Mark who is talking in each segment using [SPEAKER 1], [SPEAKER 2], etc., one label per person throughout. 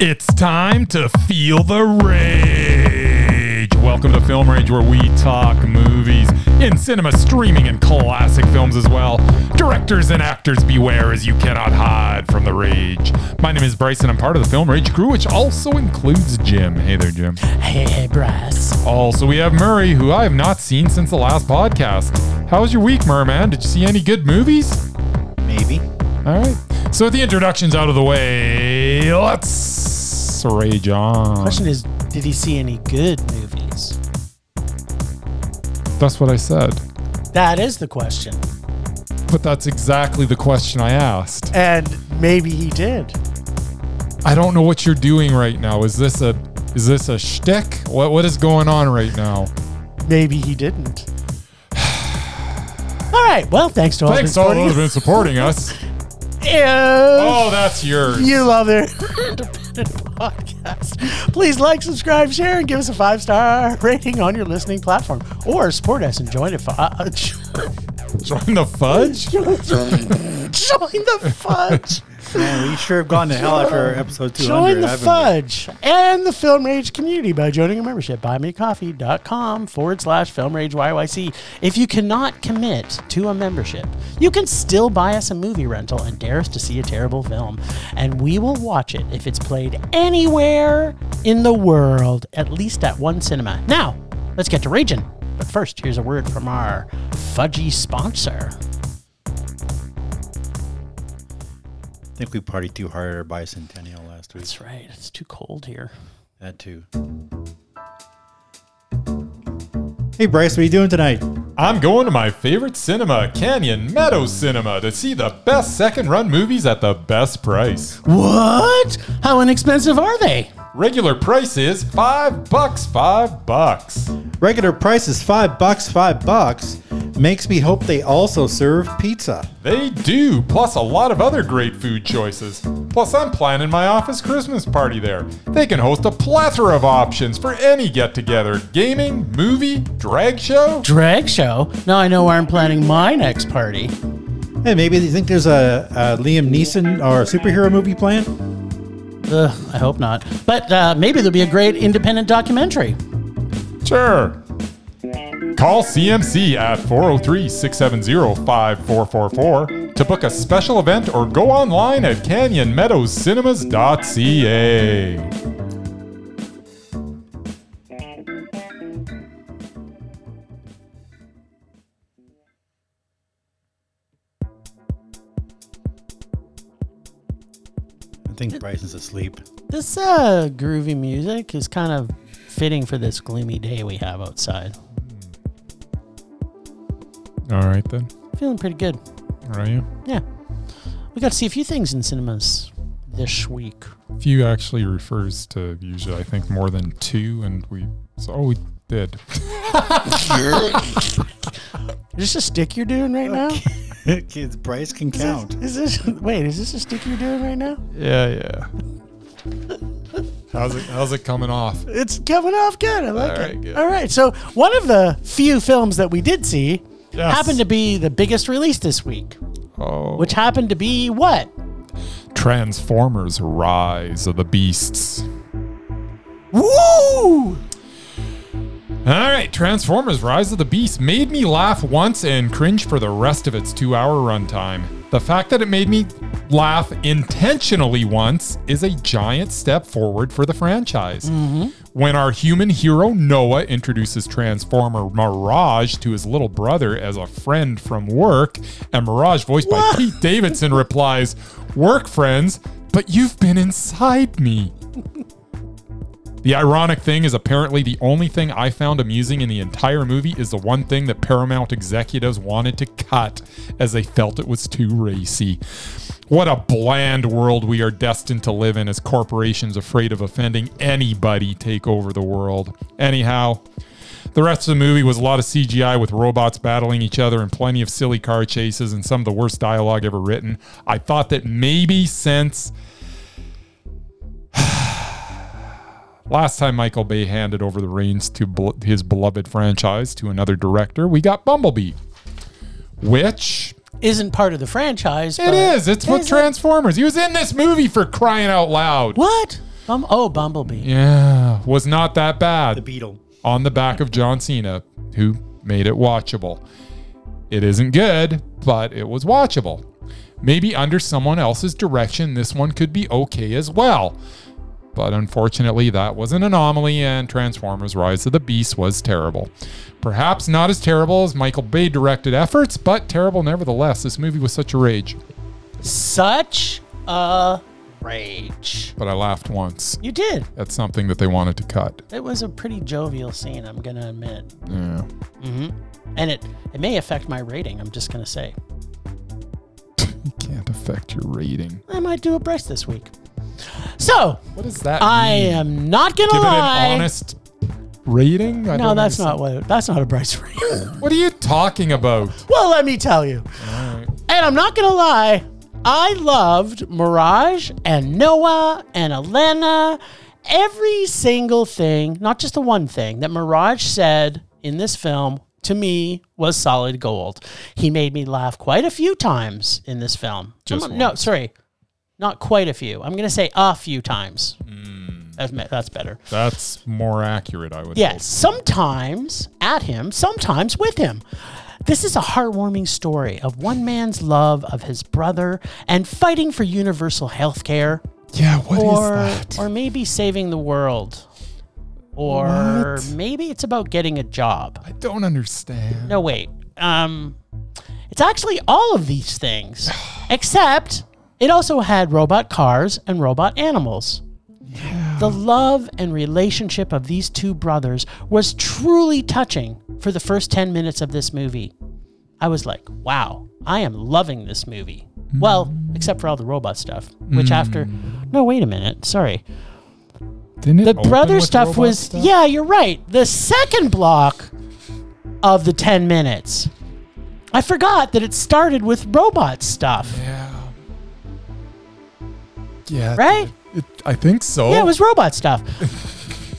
[SPEAKER 1] It's time to feel the rage. Welcome to Film Rage, where we talk movies in cinema, streaming, and classic films as well. Directors and actors, beware as you cannot hide from the rage. My name is Bryson. I'm part of the Film Rage crew, which also includes Jim. Hey there, Jim.
[SPEAKER 2] Hey, Bryce.
[SPEAKER 1] Also, we have Murray, who I have not seen since the last podcast. How was your week, Merman? Did you see any good movies?
[SPEAKER 3] Maybe.
[SPEAKER 1] All right. So with the introductions out of the way, let's rage on.
[SPEAKER 2] Question is, did he see any good movies?
[SPEAKER 1] That's what I said.
[SPEAKER 2] That is the question.
[SPEAKER 1] But that's exactly the question I asked.
[SPEAKER 2] And maybe he did.
[SPEAKER 1] I don't know what you're doing right now. Is this a is this a shtick? What what is going on right now?
[SPEAKER 2] Maybe he didn't. All right. Well, thanks to all
[SPEAKER 1] Thanks
[SPEAKER 2] those
[SPEAKER 1] to all those who've been
[SPEAKER 2] audience.
[SPEAKER 1] supporting us.
[SPEAKER 2] If
[SPEAKER 1] Oh, that's yours.
[SPEAKER 2] you love their independent podcast, please like, subscribe, share, and give us a five star rating on your listening platform, or support us and join the fudge.
[SPEAKER 1] Join the fudge?
[SPEAKER 2] join the fudge.
[SPEAKER 3] Man, we sure have gone to hell after episode 200.
[SPEAKER 2] Join the
[SPEAKER 3] haven't we?
[SPEAKER 2] Fudge and the Film Rage community by joining a membership. BuyMeCoffee.com forward slash Film Rage YYC. If you cannot commit to a membership, you can still buy us a movie rental and dare us to see a terrible film. And we will watch it if it's played anywhere in the world, at least at one cinema. Now, let's get to raging. But first, here's a word from our fudgy sponsor.
[SPEAKER 3] I think we partied too hard at our bicentennial last week.
[SPEAKER 2] That's right, it's too cold here.
[SPEAKER 3] That too. Hey, Bryce, what are you doing tonight?
[SPEAKER 1] I'm going to my favorite cinema, Canyon Meadow Cinema, to see the best second run movies at the best price.
[SPEAKER 2] What? How inexpensive are they?
[SPEAKER 1] Regular price is five bucks, five bucks.
[SPEAKER 3] Regular price is five bucks, five bucks. Makes me hope they also serve pizza.
[SPEAKER 1] They do, plus a lot of other great food choices. Plus, I'm planning my office Christmas party there. They can host a plethora of options for any get together gaming, movie, drag show.
[SPEAKER 2] drag show. Now I know where I'm planning my next party.
[SPEAKER 3] Hey, maybe you think there's a, a Liam Neeson or a superhero movie planned?
[SPEAKER 2] Ugh, I hope not. But uh, maybe there'll be a great independent documentary.
[SPEAKER 1] Sure. Call CMC at 403 670 5444 to book a special event or go online at canyonmeadowscinemas.ca.
[SPEAKER 3] I think Bryce is asleep.
[SPEAKER 2] This uh, groovy music is kind of fitting for this gloomy day we have outside.
[SPEAKER 1] All right, then.
[SPEAKER 2] Feeling pretty good.
[SPEAKER 1] Are you?
[SPEAKER 2] Yeah. We got to see a few things in cinemas this week.
[SPEAKER 1] Few actually refers to usually, I think, more than two, and we. So, oh, we did.
[SPEAKER 2] Is this a stick you're doing right now?
[SPEAKER 3] Kids, Bryce can count.
[SPEAKER 2] Is this wait? Is this a stick you're doing right now?
[SPEAKER 1] Yeah, yeah. how's it How's it coming off?
[SPEAKER 2] It's coming off good. I like
[SPEAKER 1] All right,
[SPEAKER 2] it.
[SPEAKER 1] good.
[SPEAKER 2] All right. So one of the few films that we did see
[SPEAKER 1] Yes.
[SPEAKER 2] happened to be the biggest release this week,
[SPEAKER 1] Oh,
[SPEAKER 2] which happened to be what?
[SPEAKER 1] Transformers: Rise of the Beasts.
[SPEAKER 2] Woo!
[SPEAKER 1] All right, Transformers Rise of the Beast made me laugh once and cringe for the rest of its two hour runtime. The fact that it made me laugh intentionally once is a giant step forward for the franchise. When our human hero Noah introduces Transformer Mirage to his little brother as a friend from work, and Mirage, voiced by Pete Davidson, replies, Work friends, but you've been inside me. The ironic thing is apparently the only thing I found amusing in the entire movie is the one thing that Paramount executives wanted to cut as they felt it was too racy. What a bland world we are destined to live in as corporations afraid of offending anybody take over the world. Anyhow, the rest of the movie was a lot of CGI with robots battling each other and plenty of silly car chases and some of the worst dialogue ever written. I thought that maybe since Last time Michael Bay handed over the reins to bel- his beloved franchise to another director, we got Bumblebee, which
[SPEAKER 2] Isn't part of the franchise.
[SPEAKER 1] it Uh, is. It's with
[SPEAKER 2] Is it?
[SPEAKER 1] Transformers. He was in this movie for crying out loud.
[SPEAKER 2] What? Bum- oh, Bumblebee.
[SPEAKER 1] Yeah, was not that
[SPEAKER 3] The
[SPEAKER 1] bad
[SPEAKER 3] Beetle.
[SPEAKER 1] on the back of John Cena, who made it watchable. It isn't good, but it was watchable. Maybe under someone else's direction, this one could be okay as well. But unfortunately, that was an anomaly, and Transformers Rise of the Beast was terrible. Perhaps not as terrible as Michael Bay directed efforts, but terrible nevertheless. This movie was such a rage,
[SPEAKER 2] Such a rage.
[SPEAKER 1] but I laughed once
[SPEAKER 2] You did.
[SPEAKER 1] at something that they wanted to cut.
[SPEAKER 2] It was a pretty jovial scene, I'm going to admit.
[SPEAKER 1] Yeah.
[SPEAKER 2] And it, it may affect my rating, I'm just going to say.
[SPEAKER 1] You can't affect your rating.
[SPEAKER 2] I might do a brace this week. So,
[SPEAKER 1] What is that?
[SPEAKER 2] I
[SPEAKER 1] mean?
[SPEAKER 2] am not going to
[SPEAKER 1] Give it
[SPEAKER 2] lie.
[SPEAKER 1] an honest rating? I
[SPEAKER 2] no,
[SPEAKER 1] don't
[SPEAKER 2] that's
[SPEAKER 1] understand.
[SPEAKER 2] not what that's not a brace rate.
[SPEAKER 1] What are you talking about?
[SPEAKER 2] well, let me tell you. And I'm not gonna lie, I loved Mirage and Noah and Elena. Every single thing, not just the one thing that Mirage said in this film to me was solid gold. He made me laugh quite a few times in this film.
[SPEAKER 1] Just
[SPEAKER 2] Um, no, sorry. Not quite a few. I'm going to say a few times.
[SPEAKER 1] Hmm.
[SPEAKER 2] That's me- that's better.
[SPEAKER 1] That's more accurate, I would.
[SPEAKER 2] Yeah, sometimes at him, sometimes with him. This is a heartwarming story of one man's love of his brother and fighting for universal health care
[SPEAKER 1] hope. Yeah. What is
[SPEAKER 2] or
[SPEAKER 1] that?
[SPEAKER 2] or maybe saving the world. Or
[SPEAKER 1] What?
[SPEAKER 2] maybe it's about getting a job.
[SPEAKER 1] I don't understand.
[SPEAKER 2] No wait. Um it's actually all of these things. except it also had robot cars and robot animals. The love and relationship of these two brothers was truly touching for the first 10 minutes of this movie. I was like, wow, I am loving this movie. Well, except for all the robot stuff, which after. No, wait a minute. Sorry.
[SPEAKER 1] Didn't it
[SPEAKER 2] The
[SPEAKER 1] open
[SPEAKER 2] brother
[SPEAKER 1] with
[SPEAKER 2] stuff
[SPEAKER 1] robot
[SPEAKER 2] was.
[SPEAKER 1] stuff?
[SPEAKER 2] Yeah, you're right. The second block of the 10 minutes. I forgot that it started with robot stuff,
[SPEAKER 1] Yeah. Yeah.
[SPEAKER 2] right?
[SPEAKER 1] It, I think so.
[SPEAKER 2] Yeah, it was robot stuff.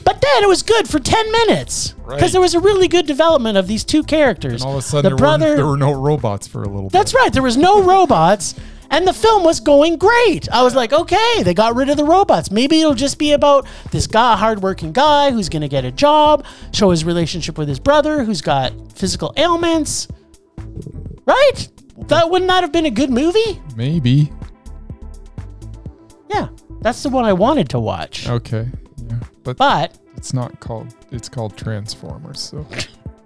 [SPEAKER 2] but then it was good for 10 minutes because
[SPEAKER 1] Right.
[SPEAKER 2] there was a really good development of these two characters.
[SPEAKER 1] And all of a sudden,
[SPEAKER 2] the
[SPEAKER 1] there,
[SPEAKER 2] brother.
[SPEAKER 1] were, there were no robots for a little
[SPEAKER 2] that's
[SPEAKER 1] bit.
[SPEAKER 2] right. There was no robots. And the film was going great. I was like, okay, they got rid of the robots. Maybe it'll just be about this guy, hardworking guy who's going to get a job, show his relationship with his brother who's got physical ailments. Right? That wouldn't that have been a good movie?
[SPEAKER 1] That's right. Maybe.
[SPEAKER 2] Yeah, that's the one I wanted to watch.
[SPEAKER 1] Okay. Yeah. But
[SPEAKER 2] But
[SPEAKER 1] it's not called. It's called Transformers. So.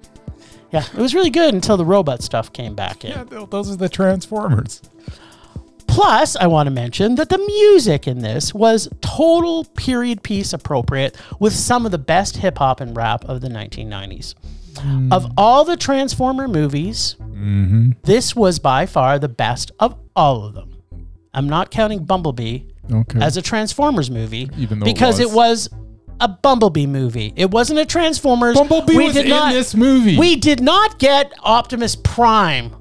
[SPEAKER 2] yeah, it was really good until the robot stuff came back in.
[SPEAKER 1] Yeah. th- Those are the Transformers.
[SPEAKER 2] Plus, I want to mention that the music in this was total period piece appropriate with some of the best hip hop and rap of the 1990s. Of all the Transformer movies, this was by far the best of all of them. I'm not counting Bumblebee
[SPEAKER 1] Okay.
[SPEAKER 2] as a Transformers movie
[SPEAKER 1] Even though it
[SPEAKER 2] because it was. a Bumblebee movie. It wasn't a Transformers.
[SPEAKER 1] Bumblebee was in this movie.
[SPEAKER 2] We did not get Optimus Prime,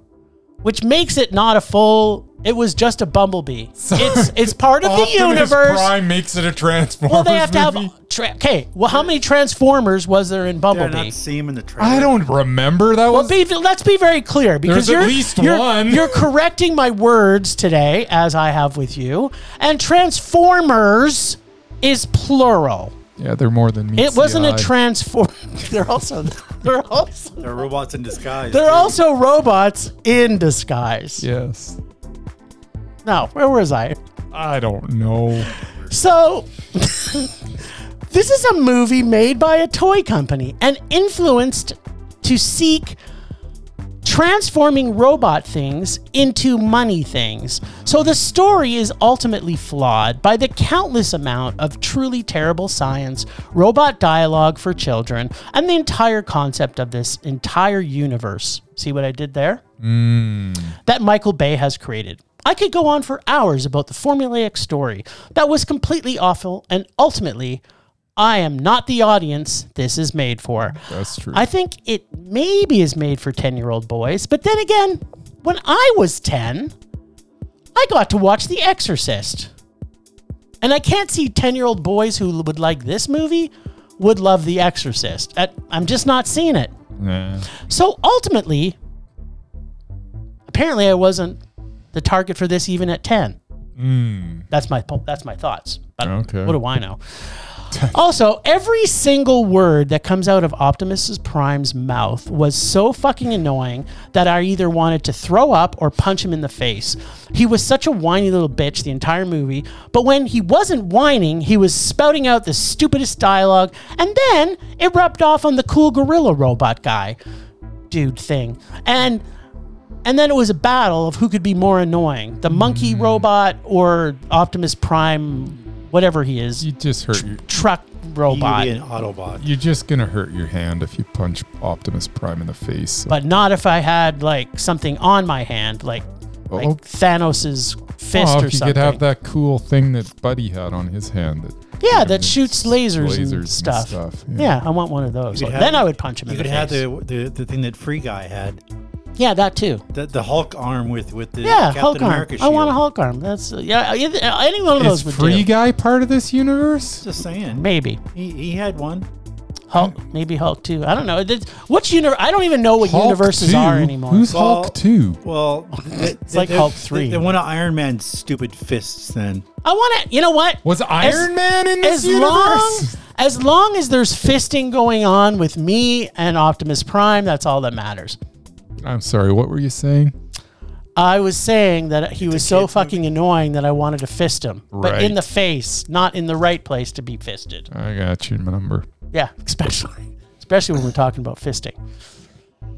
[SPEAKER 2] which makes it not a full. It was just a Bumblebee. It's it's part of the
[SPEAKER 1] Optimus
[SPEAKER 2] universe.
[SPEAKER 1] Prime makes it a Transformers
[SPEAKER 2] well, they have to
[SPEAKER 1] movie?
[SPEAKER 2] have. Tra- okay, well, how many Transformers was there in
[SPEAKER 3] Did I
[SPEAKER 2] Bumblebee?
[SPEAKER 3] not see him in the trailer?
[SPEAKER 1] I don't remember that
[SPEAKER 2] Well,
[SPEAKER 1] was.
[SPEAKER 2] be, let's be very clear because
[SPEAKER 1] There's at
[SPEAKER 2] you're,
[SPEAKER 1] least
[SPEAKER 2] you're,
[SPEAKER 1] one.
[SPEAKER 2] you're correcting my words today, as I have with you. And Transformers is plural.
[SPEAKER 1] Yeah, they're more than me.
[SPEAKER 2] It wasn't a transform. They're also they're also
[SPEAKER 3] They're robots in disguise.
[SPEAKER 2] they're
[SPEAKER 3] too.
[SPEAKER 2] also robots in disguise.
[SPEAKER 1] Yes.
[SPEAKER 2] Now, where was I?
[SPEAKER 1] I don't know.
[SPEAKER 2] So, this is a movie made by a toy company and influenced to seek transforming robot things into money things. So, the story is ultimately flawed by the countless amount of truly terrible science, robot dialogue for children, and the entire concept of this entire universe. See what I did there? that Michael Bay has created. I could go on for hours about the formulaic story that was completely awful, and ultimately, I am not the audience this is made for.
[SPEAKER 1] That's true.
[SPEAKER 2] I think it maybe is made for 10 year old boys, but then again, when I was 10, I got to watch The Exorcist. And I can't see 10 year old boys who would like this movie would love The Exorcist. I- I'm just not seeing it.
[SPEAKER 1] nah.
[SPEAKER 2] So ultimately, apparently I wasn't the target for this even at 10. That's my po- that's my thoughts. But
[SPEAKER 1] Okay.
[SPEAKER 2] What do I know? also, every single word that comes out of Optimus Prime's mouth was so fucking annoying that I either wanted to throw up or punch him in the face. He was such a whiny little bitch the entire movie, but when he wasn't whining, he was spouting out the stupidest dialogue, and then it rubbed off on the cool gorilla robot guy dude thing. And and then it was a battle of who could be more annoying, the
[SPEAKER 1] Mm.
[SPEAKER 2] monkey robot or Optimus Prime, whatever he is,
[SPEAKER 1] You just hurt your,
[SPEAKER 2] truck robot.
[SPEAKER 3] You'd be an Autobot.
[SPEAKER 1] You're just gonna hurt your hand if you punch Optimus Prime in the face. So-
[SPEAKER 2] But not if I had like something on my hand, like like
[SPEAKER 1] Oh.
[SPEAKER 2] Thanos's fist
[SPEAKER 1] Well,
[SPEAKER 2] or
[SPEAKER 1] Oh, if you
[SPEAKER 2] something.
[SPEAKER 1] could have that cool thing that Buddy had on his hand. That
[SPEAKER 2] yeah, that shoots lasers,
[SPEAKER 1] lasers
[SPEAKER 2] and stuff.
[SPEAKER 1] Yeah.
[SPEAKER 2] Yeah. I want one of those.
[SPEAKER 3] You could
[SPEAKER 2] then
[SPEAKER 3] have-
[SPEAKER 2] I would punch him
[SPEAKER 3] You
[SPEAKER 2] in
[SPEAKER 3] could
[SPEAKER 2] the
[SPEAKER 3] have
[SPEAKER 2] face.
[SPEAKER 3] the, the the thing that Free Guy had,
[SPEAKER 2] yeah, that too.
[SPEAKER 3] the, the Hulk arm with with the
[SPEAKER 2] Yeah,
[SPEAKER 3] Captain
[SPEAKER 2] Hulk arm.
[SPEAKER 3] America
[SPEAKER 2] I want a
[SPEAKER 3] shield.
[SPEAKER 2] Hulk arm. That's yeah. either- Any one of
[SPEAKER 1] Is
[SPEAKER 2] those would
[SPEAKER 1] Free
[SPEAKER 2] do.
[SPEAKER 1] Guy part of this universe?
[SPEAKER 3] Just saying,
[SPEAKER 2] Maybe.
[SPEAKER 3] he, he had one.
[SPEAKER 2] Hulk, maybe Hulk too. I don't know. That's- What's universe? I don't even know what
[SPEAKER 1] Hulk
[SPEAKER 2] universes
[SPEAKER 1] two?
[SPEAKER 2] are anymore.
[SPEAKER 1] Who's
[SPEAKER 3] Well-
[SPEAKER 1] Hulk Two?
[SPEAKER 3] Well, it's
[SPEAKER 2] like Hulk three.
[SPEAKER 3] They, they want Iron Man's stupid fists. Then
[SPEAKER 2] I want to. You know what?
[SPEAKER 1] Was Iron Man in this
[SPEAKER 2] As
[SPEAKER 1] universe?
[SPEAKER 2] long as long as there's fisting going on with me and Optimus Prime, that's all that matters.
[SPEAKER 1] I'm sorry. What were you saying?
[SPEAKER 2] I was saying that he was so fucking annoying that I wanted to fist him, but
[SPEAKER 1] Right.
[SPEAKER 2] in the face, not in the right place to be fisted.
[SPEAKER 1] I got your number.
[SPEAKER 2] Yeah, especially especially when we're talking about fisting.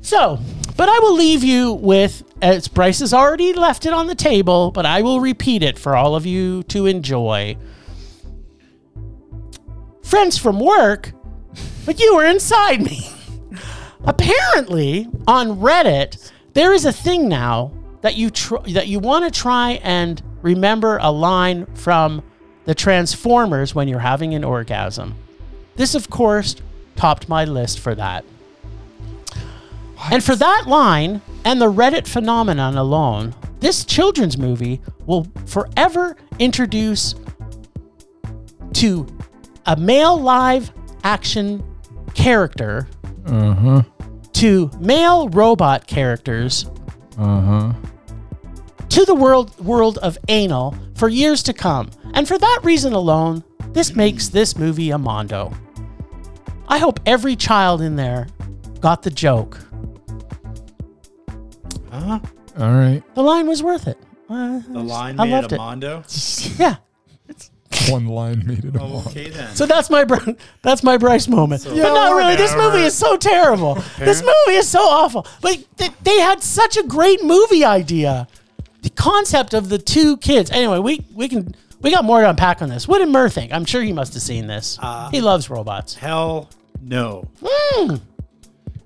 [SPEAKER 2] So, but I will leave you with as Bryce has already left it on the table, but I will repeat it for all of you to enjoy. Friends from work, but you were inside me. Apparently, on Reddit, there is a thing now that you tr- that you want to try and remember a line from the Transformers when you're having an orgasm. This, of course, topped my list for that. And for that line and the Reddit phenomenon alone, this children's movie will forever introduce to a male live action character
[SPEAKER 1] Uh huh.
[SPEAKER 2] to male robot characters
[SPEAKER 1] Uh huh.
[SPEAKER 2] to the world world of anal for years to come. And for that reason alone, this makes this movie a mondo. I hope every child in there got the joke.
[SPEAKER 3] huh?
[SPEAKER 1] All right.
[SPEAKER 2] The line was worth it. Uh,
[SPEAKER 3] The line
[SPEAKER 2] I
[SPEAKER 3] man
[SPEAKER 2] loved it.
[SPEAKER 3] Amondo.
[SPEAKER 2] yeah.
[SPEAKER 1] One line made it a
[SPEAKER 3] Oh,
[SPEAKER 1] lot.
[SPEAKER 3] okay then.
[SPEAKER 2] So that's my Br- that's my Bryce moment. but not
[SPEAKER 3] Yeah,
[SPEAKER 2] really. This movie
[SPEAKER 3] whatever.
[SPEAKER 2] is so terrible. this movie is so awful. Like th- they had such a great movie idea. The concept of the two kids. Anyway, we we can we got more to unpack on this. What did Murr think? I'm sure he must have seen this. he loves robots.
[SPEAKER 3] Hell no.
[SPEAKER 1] You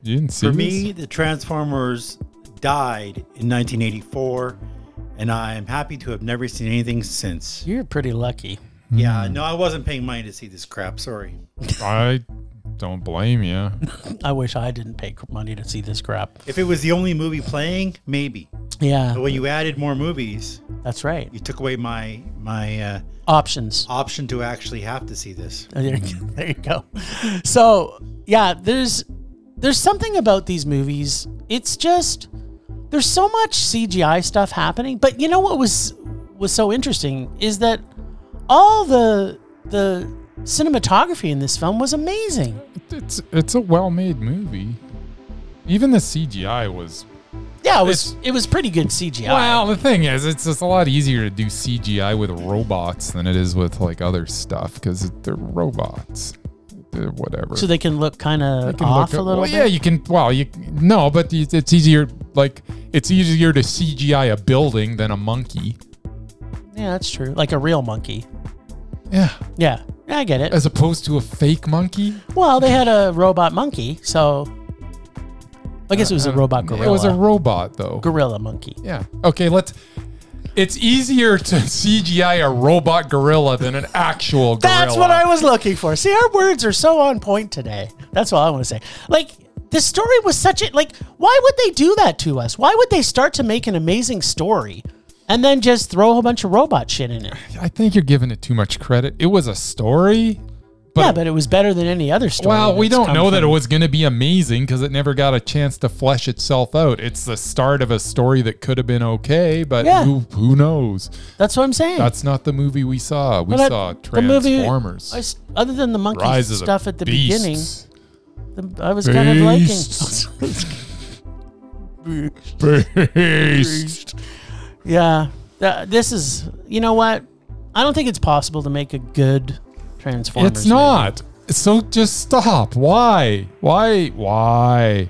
[SPEAKER 1] didn't see
[SPEAKER 3] For
[SPEAKER 1] this?
[SPEAKER 3] me, the Transformers died in 1984, and I am happy to have never seen anything since.
[SPEAKER 2] You're pretty lucky.
[SPEAKER 3] Yeah,
[SPEAKER 2] Hmm.
[SPEAKER 3] no, I wasn't paying money to see this crap. Sorry.
[SPEAKER 1] I don't blame you.
[SPEAKER 2] I wish I didn't pay money to see this crap.
[SPEAKER 3] If it was the only movie playing, maybe. But
[SPEAKER 2] Yeah,
[SPEAKER 3] when you added more movies,
[SPEAKER 2] that's right.
[SPEAKER 3] you took away my my uh,
[SPEAKER 2] Options.
[SPEAKER 3] option to actually have to see this.
[SPEAKER 2] There, there you go. So yeah, there's there's something about these movies. It's just there's so much CGI stuff happening. But you know what was was so interesting is that all the the cinematography in this film was amazing.
[SPEAKER 1] It's it's a well-made movie. Even the CGI was
[SPEAKER 2] Yeah, it was it was pretty good CGI.
[SPEAKER 1] Well, the thing is, it's just a lot easier to do CGI with robots than it is with like other stuff because they're robots. They're whatever.
[SPEAKER 2] So they can look kind
[SPEAKER 1] You
[SPEAKER 2] of
[SPEAKER 1] can look
[SPEAKER 2] off a
[SPEAKER 1] up- well,
[SPEAKER 2] little bit.
[SPEAKER 1] Yeah, you can. Well, you no, but it's it's easier. Like it's easier to CGI a building than a monkey.
[SPEAKER 2] yeah, that's true. Like a real monkey.
[SPEAKER 1] Yeah,
[SPEAKER 2] Yeah, I get it.
[SPEAKER 1] as opposed to a fake monkey.
[SPEAKER 2] Well, they had a robot monkey, so I guess it was a robot gorilla.
[SPEAKER 1] Uh, It was a robot though.
[SPEAKER 2] gorilla monkey.
[SPEAKER 1] Yeah. Okay, let's. It's easier to CGI a robot gorilla than an actual gorilla.
[SPEAKER 2] That's what I was looking for. See, our words are so on point today. That's all I want to say. Like, the story was such a like. Why would they do that to us? Why would they start to make an amazing story and then just throw a whole bunch of robot shit in it?
[SPEAKER 1] I think you're giving it too much credit. It was a story But
[SPEAKER 2] yeah, but it was better than any other story.
[SPEAKER 1] well, we
[SPEAKER 2] that's
[SPEAKER 1] don't
[SPEAKER 2] come
[SPEAKER 1] know that it
[SPEAKER 2] from-
[SPEAKER 1] was going to be amazing because it never got a chance to flesh itself out. It's the start of a story that could have been okay, but
[SPEAKER 2] Yeah.
[SPEAKER 1] who who knows?
[SPEAKER 2] That's what I'm saying.
[SPEAKER 1] That's not the movie we saw. We
[SPEAKER 2] But
[SPEAKER 1] saw
[SPEAKER 2] the movie-
[SPEAKER 1] Transformers.
[SPEAKER 2] I s- other than the monkey
[SPEAKER 1] Rise of the
[SPEAKER 2] stuff at the
[SPEAKER 1] Beasts.
[SPEAKER 2] beginning, the, I was kind of liking.
[SPEAKER 1] Beasts. Beast.
[SPEAKER 2] yeah, Th- this is. You know what? I don't think it's possible to make a good Transformers.
[SPEAKER 1] It's
[SPEAKER 2] movie.
[SPEAKER 1] not. So just stop. Why? Why? Why?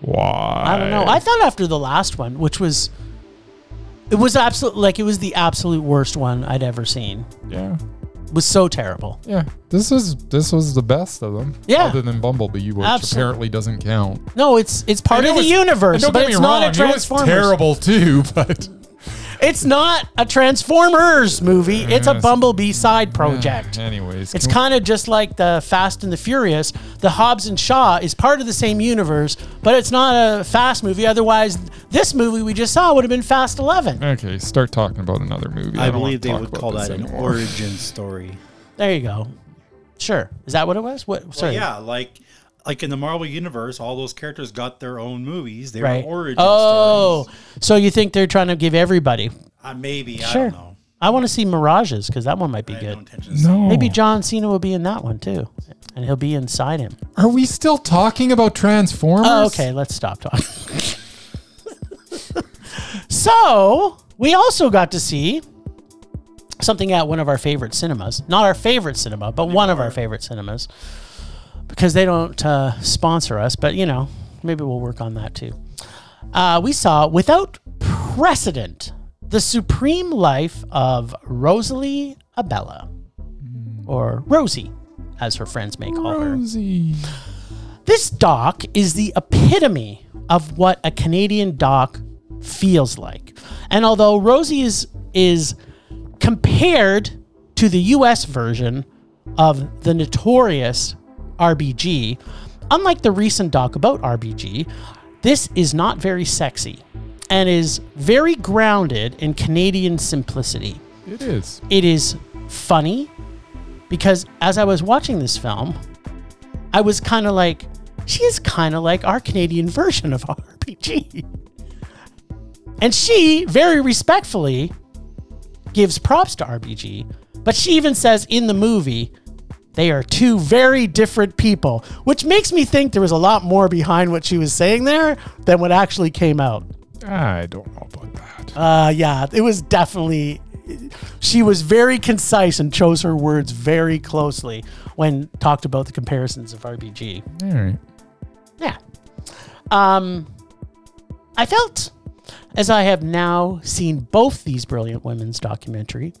[SPEAKER 1] Why?
[SPEAKER 2] I don't know. I thought after the last one, which was, it was absolute like it was the absolute worst one I'd ever seen.
[SPEAKER 1] yeah.
[SPEAKER 2] It was so terrible.
[SPEAKER 1] Yeah. This is this was the best of them.
[SPEAKER 2] Yeah.
[SPEAKER 1] Other than Bumblebee, which
[SPEAKER 2] Absol-
[SPEAKER 1] apparently doesn't count.
[SPEAKER 2] No, it's it's part
[SPEAKER 1] And
[SPEAKER 2] of
[SPEAKER 1] it
[SPEAKER 2] the
[SPEAKER 1] was-
[SPEAKER 2] universe,
[SPEAKER 1] and don't
[SPEAKER 2] but
[SPEAKER 1] get me
[SPEAKER 2] it's
[SPEAKER 1] wrong,
[SPEAKER 2] not a Transformers.
[SPEAKER 1] It was terrible too, but
[SPEAKER 2] It's not a Transformers movie. It's a
[SPEAKER 1] Yes.
[SPEAKER 2] Bumblebee side project.
[SPEAKER 1] Anyways,
[SPEAKER 2] It's
[SPEAKER 1] can
[SPEAKER 2] kind of just like the Fast and the Furious. The Hobbs and Shaw is part of the same universe, but it's not a Fast movie. Otherwise, this movie we just saw would have been Fast 11.
[SPEAKER 1] we- okay, start talking about another movie.
[SPEAKER 3] I,
[SPEAKER 1] don't wanna
[SPEAKER 3] believe they
[SPEAKER 1] talk
[SPEAKER 3] would
[SPEAKER 1] about
[SPEAKER 3] call
[SPEAKER 1] this
[SPEAKER 3] that an
[SPEAKER 1] anymore.
[SPEAKER 3] origin story.
[SPEAKER 2] There you go. Sure. Is that what it was? What?
[SPEAKER 3] Well,
[SPEAKER 2] Sorry.
[SPEAKER 3] yeah, like like in the Marvel universe, all those characters got their own movies. They
[SPEAKER 2] Right.
[SPEAKER 3] were origin
[SPEAKER 2] Oh,
[SPEAKER 3] stories.
[SPEAKER 2] so you think they're trying to give everybody?
[SPEAKER 3] Uh, maybe I
[SPEAKER 2] Sure.
[SPEAKER 3] don't know.
[SPEAKER 2] I want to see Mirages because that one might be
[SPEAKER 3] I have no
[SPEAKER 2] good.
[SPEAKER 3] intention. of
[SPEAKER 1] No.
[SPEAKER 2] Maybe John Cena will be in that one too, and he'll be inside him.
[SPEAKER 1] Are we still talking about Transformers?
[SPEAKER 2] Oh, okay, let's stop talking. so we also got to see something at one of our favorite cinemas. Not our favorite cinema, but one of our favorite cinemas, because they don't uh, sponsor us. But you know, maybe we'll work on that too. Uh, we saw without precedent the supreme life of Rosalie Abella, or Rosie, as her friends may call her.
[SPEAKER 1] Rosie.
[SPEAKER 2] This doc is the epitome of what a Canadian doc feels like. And although Rosie is is compared to the US version of the notorious RBG, unlike the recent doc about RBG, this is not very sexy and is very grounded in Canadian simplicity
[SPEAKER 1] It is.
[SPEAKER 2] it is funny because as I was watching this film, I was kind of like, she is kind of like our Canadian version of RPG. And she very respectfully gives props to RPG, but she even says in the movie, they are two very different people, which makes me think there was a lot more behind what she was saying there than what actually came out.
[SPEAKER 1] I don't know about that.
[SPEAKER 2] Uh, yeah, it was definitely. She was very concise and chose her words very closely when talked about the comparisons of RBG.
[SPEAKER 1] All right.
[SPEAKER 2] Yeah. Um, I felt, as I have now seen both these brilliant women's documentary,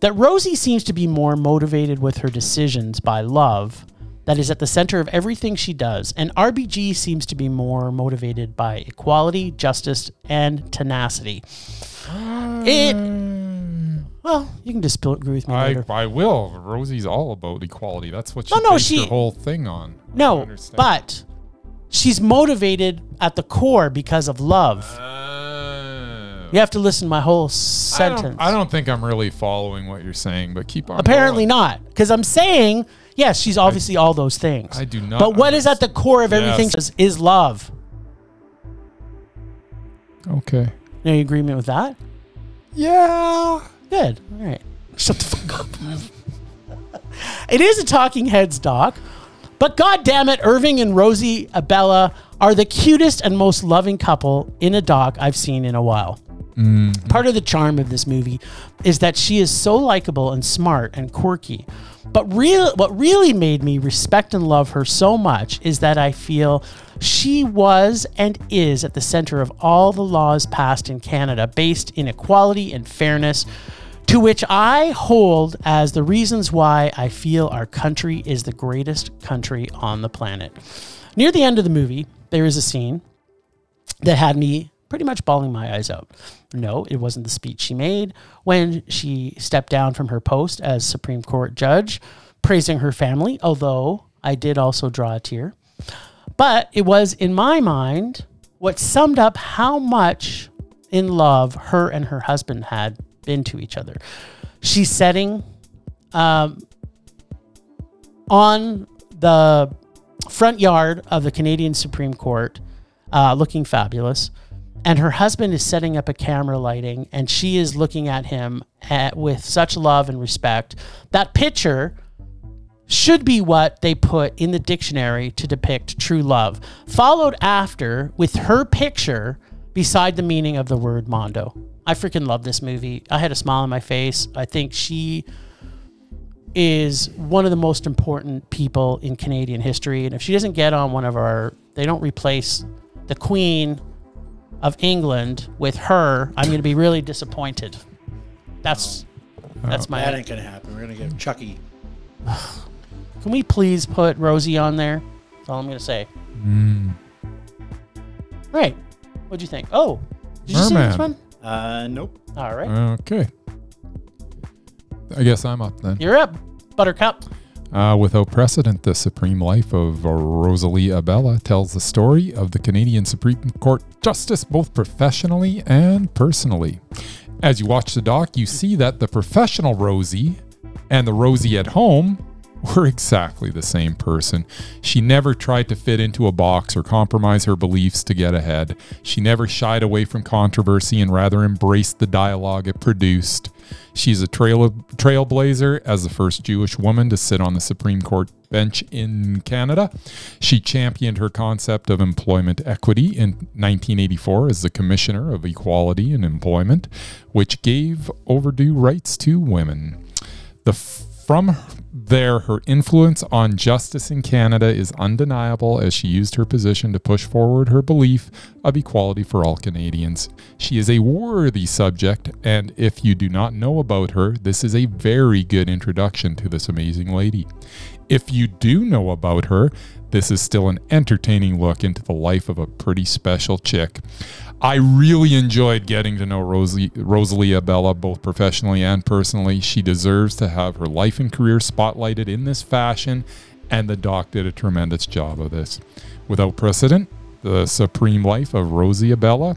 [SPEAKER 2] that Rosie seems to be more motivated with her decisions by love that is at the center of everything she does, and RBG seems to be more motivated by equality, justice, and tenacity. It.
[SPEAKER 1] Mm.
[SPEAKER 2] Well, you can disagree with me
[SPEAKER 1] I,
[SPEAKER 2] later.
[SPEAKER 1] I will. Rosie's all about equality. That's what she
[SPEAKER 2] Oh, no,
[SPEAKER 1] based her
[SPEAKER 2] she-
[SPEAKER 1] whole thing on. I
[SPEAKER 2] No,
[SPEAKER 1] understand.
[SPEAKER 2] but she's motivated at the core because of love.
[SPEAKER 1] Uh,
[SPEAKER 2] You have to listen to my
[SPEAKER 1] I
[SPEAKER 2] whole
[SPEAKER 1] don't-
[SPEAKER 2] sentence.
[SPEAKER 1] I don't think I'm really following what you're saying, but keep on.
[SPEAKER 2] Apparently
[SPEAKER 1] going.
[SPEAKER 2] not, because I'm saying yes. She's obviously all those things.
[SPEAKER 1] I do not
[SPEAKER 2] But what is at the core of everything
[SPEAKER 1] Yes.
[SPEAKER 2] is, is love.
[SPEAKER 1] Okay.
[SPEAKER 2] No agreement with that?
[SPEAKER 1] Yeah.
[SPEAKER 2] Good. All right. Shut the fuck up. it is a Talking Heads doc, but god damn it, Irving and Rosie Abella are the cutest and most loving couple in a doc I've seen in a while. Part of the charm of this movie is that she is so likable and smart and quirky. But real, what really made me respect and love her so much is that I feel she was and is at the center of all the laws passed in Canada based in equality and fairness, to which I hold as the reasons why I feel our country is the greatest country on the planet. Near the end of the movie, there is a scene that had me pretty much bawling my eyes out. No, it wasn't the speech she made when she stepped down from her post as Supreme Court judge, praising her family, although I did also draw a tear. But it was, in my mind, what summed up how much in love her and her husband had been to each other. She's setting um, on the front yard of the Canadian Supreme Court, uh, looking fabulous. And her husband is setting up a camera lighting, and she is looking at him at, with such love and respect. That picture should be what they put in the dictionary to depict true love, followed after with her picture beside the meaning of the word Mondo. I freaking love this movie. I had a smile on my face. I think she is one of the most important people in Canadian history. And if she doesn't get on one of our, they don't replace the Queen of England with her, I'm going to be really disappointed. That's that's my.
[SPEAKER 3] That ain't gonna happen. We're gonna get Chucky.
[SPEAKER 2] Can we please put Rosie on there? That's all I'm gonna say. Mm. Right. What'd you think? Oh, did you see this
[SPEAKER 1] Merman.
[SPEAKER 2] one?
[SPEAKER 3] Uh, nope.
[SPEAKER 2] All right.
[SPEAKER 1] Okay. I guess I'm up then.
[SPEAKER 2] You're up, Buttercup.
[SPEAKER 1] Uh, without precedent, the supreme life of Rosalie Abella tells the story of the Canadian Supreme Court justice both professionally and personally. As you watch the doc, you see that the professional Rosie and the Rosie at home were exactly the same person. She never tried to fit into a box or compromise her beliefs to get ahead. She never shied away from controversy and rather embraced the dialogue it produced. She's a trail trailblazer as the first Jewish woman to sit on the Supreme Court bench in Canada. She championed her concept of employment equity in 1984 as the Commissioner of Equality in Employment, which gave overdue rights to women. The from there, her influence on justice in Canada is undeniable as she used her position to push forward her belief of equality for all Canadians. She is a worthy subject, and if you do not know about her, this is a very good introduction to this amazing lady. If you do know about her, this is still an entertaining look into the life of a pretty special chick. I really enjoyed getting to know Rosalie, Rosalie Abella both professionally and personally. She deserves to have her life and career spotlighted in this fashion, and the doc did a tremendous job of this. Without precedent, the supreme life of Rosie Abella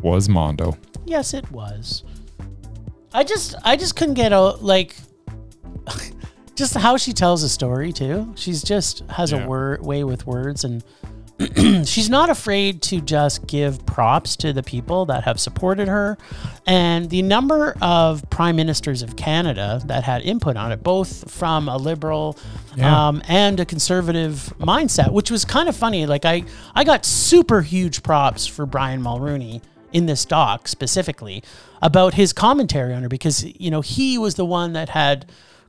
[SPEAKER 1] was Mondo.
[SPEAKER 2] Yes, it was. I just I just couldn't get out like just how she tells a story too. She's just has
[SPEAKER 1] Yeah.
[SPEAKER 2] a word way with words and she's not afraid to just give props to the people that have supported her and the number of prime ministers of Canada that had input on it both from a liberal
[SPEAKER 1] Yeah.
[SPEAKER 2] um, and a conservative mindset which was kind of funny like I I got super huge props for Brian Mulrooney in this doc specifically about his commentary on her because you know he was the one that had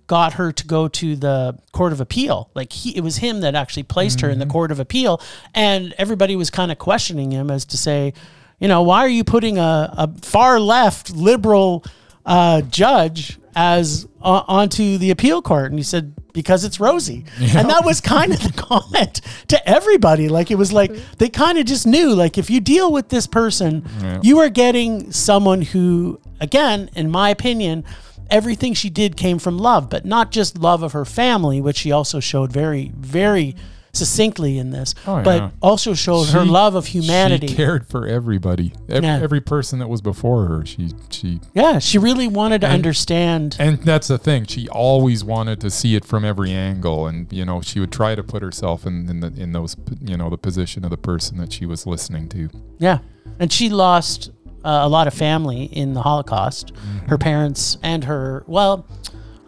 [SPEAKER 2] got her to go to the court of appeal like he it was him that actually placed her in the court of appeal and everybody was kind of questioning him as to say you know why are you putting a, a far left liberal uh, judge as uh, onto the appeal court and he said because it's Rosie. And that was kind of the comment to everybody. Like it was like they kind of just knew like if you deal with this person, you are getting someone who again, in my opinion, everything she did came from love, but not just love of her family, which she also showed very very succinctly in this,
[SPEAKER 1] Oh, yeah.
[SPEAKER 2] but also showed her
[SPEAKER 1] She-
[SPEAKER 2] love of
[SPEAKER 1] She
[SPEAKER 2] humanity.
[SPEAKER 1] cared for everybody, Ev-
[SPEAKER 2] Yeah.
[SPEAKER 1] every person that was before her. She she
[SPEAKER 2] yeah, she really wanted to
[SPEAKER 1] And-
[SPEAKER 2] understand
[SPEAKER 1] And that's the thing. She always wanted to see it from every angle, and you know she would try to put herself in in, the, in those you know the position of the person that she was listening to.
[SPEAKER 2] Yeah. And she lost uh, a lot of family in the Holocaust. Her parents and her, well,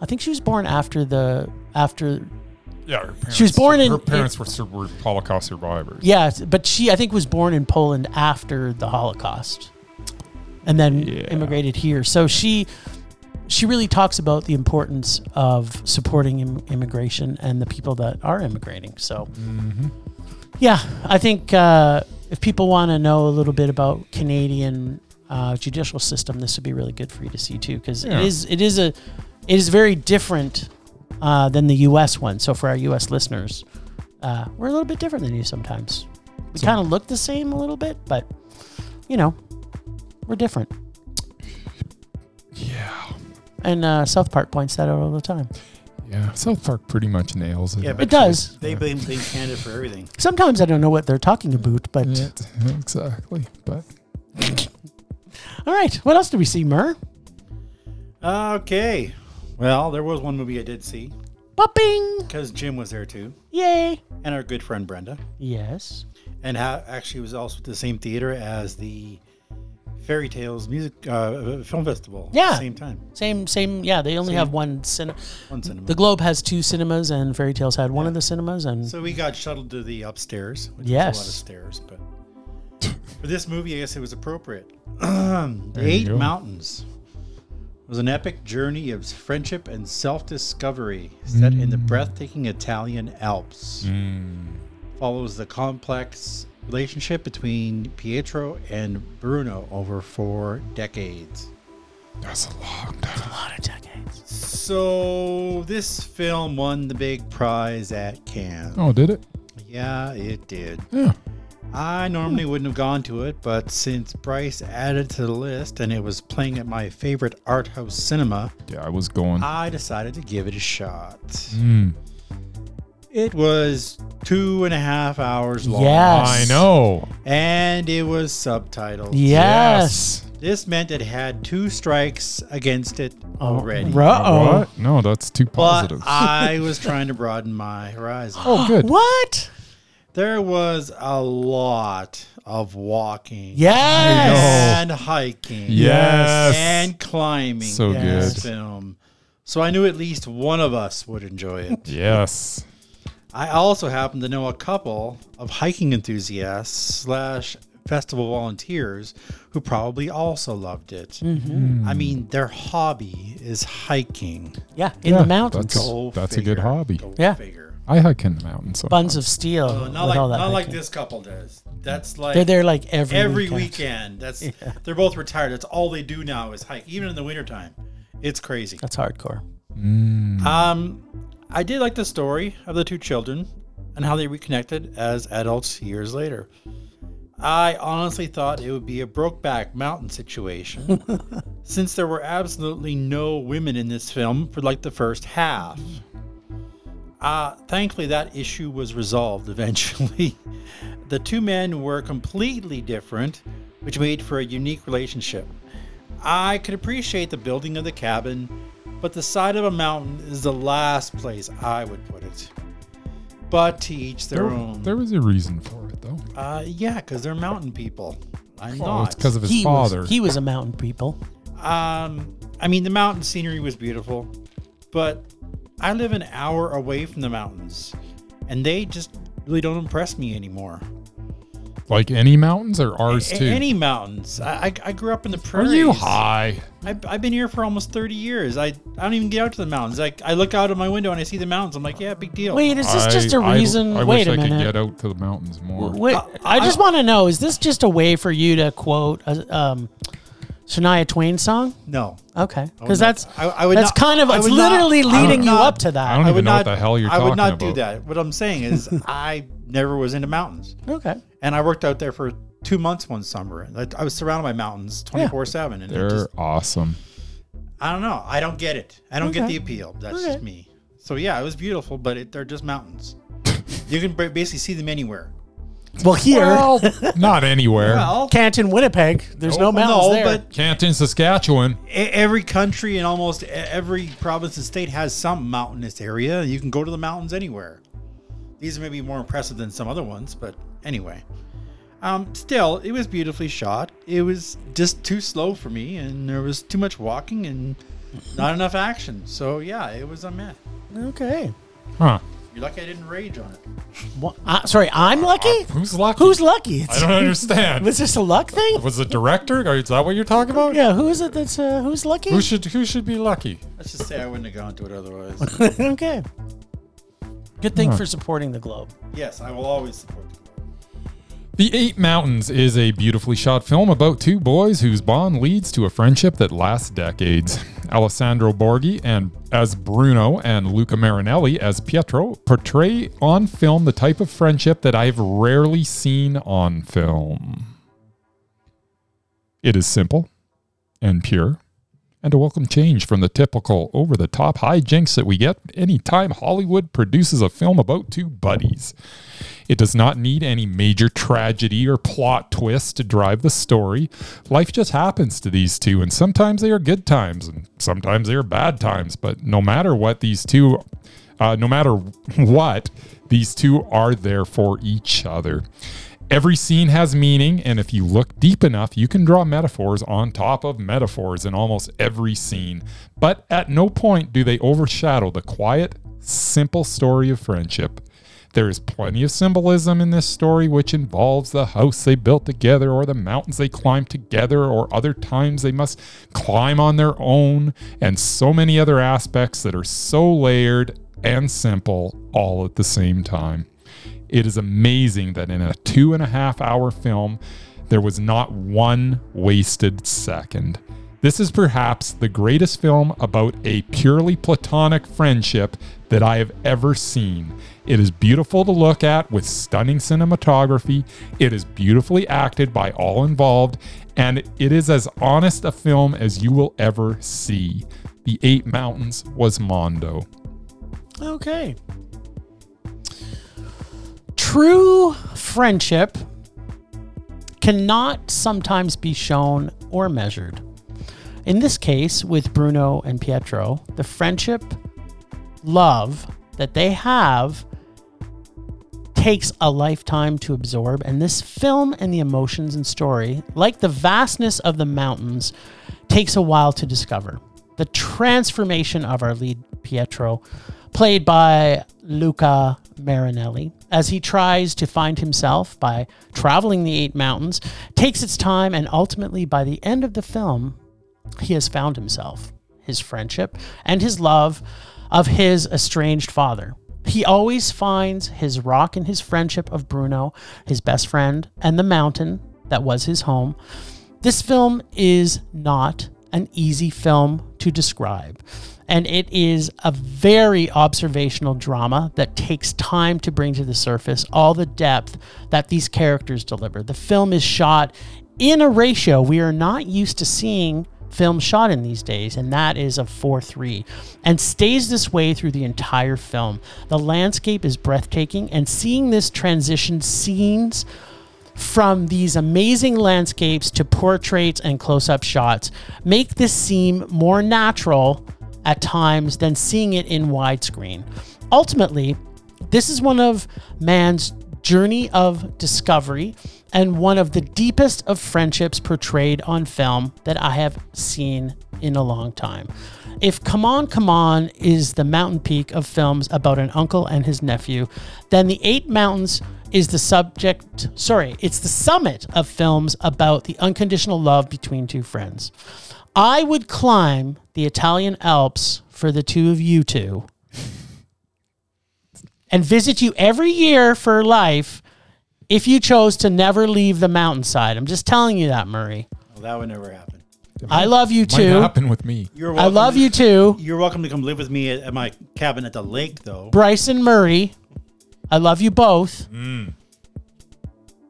[SPEAKER 2] I think she was born after the, after,
[SPEAKER 1] Yeah, her parents,
[SPEAKER 2] She was born in-
[SPEAKER 1] Her parents were, sur- were Holocaust survivors.
[SPEAKER 2] yeah, but she, I think, was born in Poland after the Holocaust and then immigrated here. So she, she really talks about the importance of supporting Im- immigration and the people that are immigrating. So, yeah, I think uh, if people want to know a little bit about Canadian uh, judicial system, this would be really good for you to see too, because
[SPEAKER 1] Yeah.
[SPEAKER 2] it is it is a it is very different uh, than the U.S. one. So for our U.S. listeners, uh, we're a little bit different than you sometimes. We
[SPEAKER 1] So-
[SPEAKER 2] kind of look the same a little bit, but you know, we're different.
[SPEAKER 1] yeah,
[SPEAKER 2] And uh, South Park points that out all the time.
[SPEAKER 1] yeah. South Park pretty much nails it.
[SPEAKER 3] Yeah,
[SPEAKER 2] It
[SPEAKER 3] but
[SPEAKER 2] does.
[SPEAKER 3] They blame blame Canada for everything.
[SPEAKER 2] Sometimes I don't know what they're talking about, but
[SPEAKER 1] Yeah, exactly. But
[SPEAKER 2] all right. What else did we see, Murr?
[SPEAKER 3] Okay. Well, there was one movie I did see.
[SPEAKER 2] Bopping!
[SPEAKER 3] because Jim was there too,
[SPEAKER 2] Yay!
[SPEAKER 3] and our good friend Brenda,
[SPEAKER 2] Yes.
[SPEAKER 3] and ha- actually was also at the same theater as the Fairy Tales Music uh, Film Festival. at the
[SPEAKER 2] Yeah.
[SPEAKER 3] same time.
[SPEAKER 2] Same, same. Yeah, they only have one cinema.
[SPEAKER 3] One cinema.
[SPEAKER 2] The Globe has two cinemas, and Fairy Tales had one of the cinemas, and
[SPEAKER 3] So we got shuttled to the upstairs, which was a lot
[SPEAKER 2] Yes.
[SPEAKER 3] of stairs, but for this movie, I guess it was appropriate. the Eight
[SPEAKER 1] go.
[SPEAKER 3] Mountains was an epic journey of friendship and self-discovery set in the breathtaking Italian Alps. Follows the complex relationship between Pietro and Bruno over four decades.
[SPEAKER 1] That's a long time.
[SPEAKER 2] a lot of decades.
[SPEAKER 3] So this film won the big prize at Cannes.
[SPEAKER 1] Oh, did it?
[SPEAKER 3] Yeah, it did.
[SPEAKER 1] Yeah.
[SPEAKER 3] I normally wouldn't have gone to it, but since Bryce added to the list and it was playing at my favorite art house cinema,
[SPEAKER 1] Yeah, I was going.
[SPEAKER 2] Uh,
[SPEAKER 3] I decided to give it a shot.
[SPEAKER 1] Mm.
[SPEAKER 3] It was two and a half hours long,
[SPEAKER 2] Yes.
[SPEAKER 1] I know.
[SPEAKER 3] and it was subtitled.
[SPEAKER 2] Yes.
[SPEAKER 3] This meant it had two strikes against it
[SPEAKER 2] Oh,
[SPEAKER 3] already.
[SPEAKER 2] Uh
[SPEAKER 1] What? No, that's too
[SPEAKER 3] But
[SPEAKER 1] positive.
[SPEAKER 3] I was trying to broaden my horizon.
[SPEAKER 1] oh,
[SPEAKER 2] oh.
[SPEAKER 1] good.
[SPEAKER 2] uh, What?
[SPEAKER 3] There was a lot of walking.
[SPEAKER 2] Yes.
[SPEAKER 3] and hiking.
[SPEAKER 1] Yes.
[SPEAKER 3] And climbing.
[SPEAKER 1] So
[SPEAKER 3] in this
[SPEAKER 1] good.
[SPEAKER 3] Film. So I knew at least one of us would enjoy it.
[SPEAKER 1] Yes.
[SPEAKER 3] I also happen to know a couple of hiking enthusiasts slash festival volunteers who probably also loved it.
[SPEAKER 2] Mm-hmm.
[SPEAKER 3] I mean, their hobby is hiking.
[SPEAKER 2] Yeah, in
[SPEAKER 1] Yeah,
[SPEAKER 2] the mountains.
[SPEAKER 1] that's-
[SPEAKER 3] Go
[SPEAKER 1] a good
[SPEAKER 3] figure.
[SPEAKER 1] hobby.
[SPEAKER 3] Go
[SPEAKER 2] Yeah.
[SPEAKER 3] Figure.
[SPEAKER 1] I hike in the mountains. sometimes.
[SPEAKER 2] Buns of steel.
[SPEAKER 3] So
[SPEAKER 2] with
[SPEAKER 3] Oh, not like
[SPEAKER 2] all that
[SPEAKER 3] not like
[SPEAKER 2] hiking.
[SPEAKER 3] this couple does. That's like
[SPEAKER 2] They're there like every
[SPEAKER 3] every
[SPEAKER 2] weekend.
[SPEAKER 3] weekend. That's they're both retired. That's all they do now is hike, even in the wintertime. It's crazy.
[SPEAKER 2] That's hardcore.
[SPEAKER 3] Um, I did like the story of the two children and how they reconnected as adults years later. I honestly thought it would be a Brokeback Mountain situation, since there were absolutely no women in this film for like the first half. Uh, thankfully, that issue was resolved eventually. the two men were completely different, which made for a unique relationship. I could appreciate the building of the cabin, but the side of a mountain is the last place I would put it. But to each their
[SPEAKER 1] there,
[SPEAKER 3] own.
[SPEAKER 1] there was a reason for it, though.
[SPEAKER 3] Uh, yeah, because they're mountain people.
[SPEAKER 1] Oh,
[SPEAKER 3] I'm
[SPEAKER 1] it's
[SPEAKER 3] not.
[SPEAKER 1] because of his
[SPEAKER 2] He
[SPEAKER 1] father.
[SPEAKER 2] was, he was a mountain people.
[SPEAKER 3] um, I mean, the mountain scenery was beautiful, but I live an hour away from the mountains, and they just really don't impress me anymore.
[SPEAKER 1] like any mountains or ours
[SPEAKER 3] A-
[SPEAKER 1] too.
[SPEAKER 3] any mountains? I, I I grew up in the
[SPEAKER 1] Are
[SPEAKER 3] prairies.
[SPEAKER 1] you high?
[SPEAKER 3] I, I've been here for almost 30 years. I, I don't even get out to the mountains. Like I look out of my window and I see the mountains. I'm like, yeah, big deal.
[SPEAKER 2] Wait, is this
[SPEAKER 1] I-
[SPEAKER 2] just a
[SPEAKER 1] I-
[SPEAKER 2] reason?
[SPEAKER 1] I,
[SPEAKER 2] Wait
[SPEAKER 1] wish
[SPEAKER 2] a
[SPEAKER 1] I
[SPEAKER 2] minute.
[SPEAKER 1] could get out to the mountains more.
[SPEAKER 2] Wait, I, just want to know: Is this just a way for you to quote a um, Shania Twain song?
[SPEAKER 3] no,
[SPEAKER 2] Okay,
[SPEAKER 3] would
[SPEAKER 2] because
[SPEAKER 3] not-
[SPEAKER 2] that's
[SPEAKER 3] I- I would
[SPEAKER 2] that's
[SPEAKER 3] not-
[SPEAKER 2] kind of
[SPEAKER 3] I
[SPEAKER 2] it's
[SPEAKER 3] would not-
[SPEAKER 2] literally
[SPEAKER 3] I would
[SPEAKER 2] leading you
[SPEAKER 3] not-
[SPEAKER 2] up to
[SPEAKER 1] I don't
[SPEAKER 2] that.
[SPEAKER 1] even know what the hell you're
[SPEAKER 3] I
[SPEAKER 1] talking
[SPEAKER 3] would not do
[SPEAKER 1] about.
[SPEAKER 3] that. What I'm saying is, I never was into mountains.
[SPEAKER 1] e-
[SPEAKER 2] Okay,
[SPEAKER 3] and I worked out there for two months one summer. Like, I was surrounded by mountains twenty four seven, and it
[SPEAKER 1] They're
[SPEAKER 3] just,
[SPEAKER 1] awesome.
[SPEAKER 3] I don't know. I don't get it. I don't get
[SPEAKER 2] Okay.
[SPEAKER 3] the appeal. That's
[SPEAKER 2] Okay.
[SPEAKER 3] just me. So yeah, it was beautiful, but it, they're just mountains. you can ba- basically see them anywhere.
[SPEAKER 2] well here,
[SPEAKER 1] Well, not anywhere.
[SPEAKER 3] Well,
[SPEAKER 2] Canton, Winnipeg, there's no mountains
[SPEAKER 3] Oh, no,
[SPEAKER 2] there.
[SPEAKER 3] but
[SPEAKER 1] Canton, Saskatchewan.
[SPEAKER 3] e- every country and almost e- every province and state has some mountainous area. You can go to the mountains anywhere. These may be more impressive than some other ones, but anyway. Um, still, it was beautifully shot. It was just too slow for me, and there was too much walking and not enough action. So yeah, it was a mess.
[SPEAKER 2] okay,
[SPEAKER 1] Huh.
[SPEAKER 3] You're lucky I didn't rage on it.
[SPEAKER 2] Wha- uh, sorry, I'm lucky.
[SPEAKER 1] Who's lucky?
[SPEAKER 2] Who's lucky?
[SPEAKER 1] I don't understand.
[SPEAKER 2] Was this a luck thing?
[SPEAKER 1] Was the director? Is that what you're talking about?
[SPEAKER 2] Yeah, who is it that's uh, who's lucky?
[SPEAKER 1] Who should who should be lucky?
[SPEAKER 3] Let's just say I wouldn't have gone to it otherwise.
[SPEAKER 2] okay, good thing for supporting the Globe.
[SPEAKER 3] yes, I will always support. you.
[SPEAKER 1] The Eight Mountains is a beautifully shot film about two boys whose bond leads to a friendship that lasts decades. Alessandro Borghi and as Bruno and Luca Marinelli as Pietro portray on film the type of friendship that I've rarely seen on film. It is simple and pure and a welcome change from the typical over the top hijinks that we get anytime Hollywood produces a film about two buddies. It does not need any major tragedy or plot twist to drive the story. Life just happens to these two, and sometimes they are good times and sometimes they are bad times. But no matter what, these two uh, no matter what, these two are there for each other. Every scene has meaning, and if you look deep enough, you can draw metaphors on top of metaphors in almost every scene. But at no point do they overshadow the quiet, simple story of friendship. There is plenty of symbolism in this story, which involves the house they built together, or the mountains they climbed together, or other times they must climb on their own, and so many other aspects that are so layered and simple all at the same time. It is amazing that in a two and a half hour film, there was not one wasted second. This is perhaps the greatest film about a purely platonic friendship that I have ever seen. It is beautiful to look at with stunning cinematography. It is beautifully acted by all involved, and it is as honest a film as you will ever see. The Eight Mountains was Mondo.
[SPEAKER 2] Okay. True friendship cannot sometimes be shown or measured. In this case, with Bruno and Pietro, the friendship, love that they have takes a lifetime to absorb. And this film and the emotions and story, like the vastness of the mountains, takes a while to discover. The transformation of our lead, Pietro, played by Luca Marinelli, as he tries to find himself by traveling the eight mountains, takes its time, and ultimately, by the end of the film, he has found himself, his friendship, and his love of his estranged father. He always finds his rock in his friendship of Bruno, his best friend, and the mountain that was his home. This film is not an easy film to describe, and it is a very observational drama that takes time to bring to the surface all the depth that these characters deliver. The film is shot in a ratio we are not used to seeing film shot in these days, and that is a 4 3, and stays this way through the entire film. The landscape is breathtaking, and seeing this transition scenes from these amazing landscapes to portraits and close up shots make this seem more natural at times than seeing it in widescreen. Ultimately, this is one of man's journey of discovery and one of the deepest of friendships portrayed on film that I have seen in a long time. If Come On, Come On is the mountain peak of films about an uncle and his nephew, then The Eight Mountains is the subject, sorry, it's the summit of films about the unconditional love between two friends. I would climb the Italian Alps for the two of you two and visit you every year for life if you chose to never leave the mountainside. I'm just telling you that, Murray.
[SPEAKER 3] Well, that would never happen.
[SPEAKER 2] I love you
[SPEAKER 1] Might
[SPEAKER 2] too.
[SPEAKER 1] happen with me.
[SPEAKER 3] You're
[SPEAKER 2] I
[SPEAKER 3] welcome
[SPEAKER 2] love
[SPEAKER 3] to-
[SPEAKER 2] you too,
[SPEAKER 3] You're welcome to come live with me at, at my cabin at the lake, though.
[SPEAKER 2] Bryson Murray. I love you both.
[SPEAKER 1] Mm.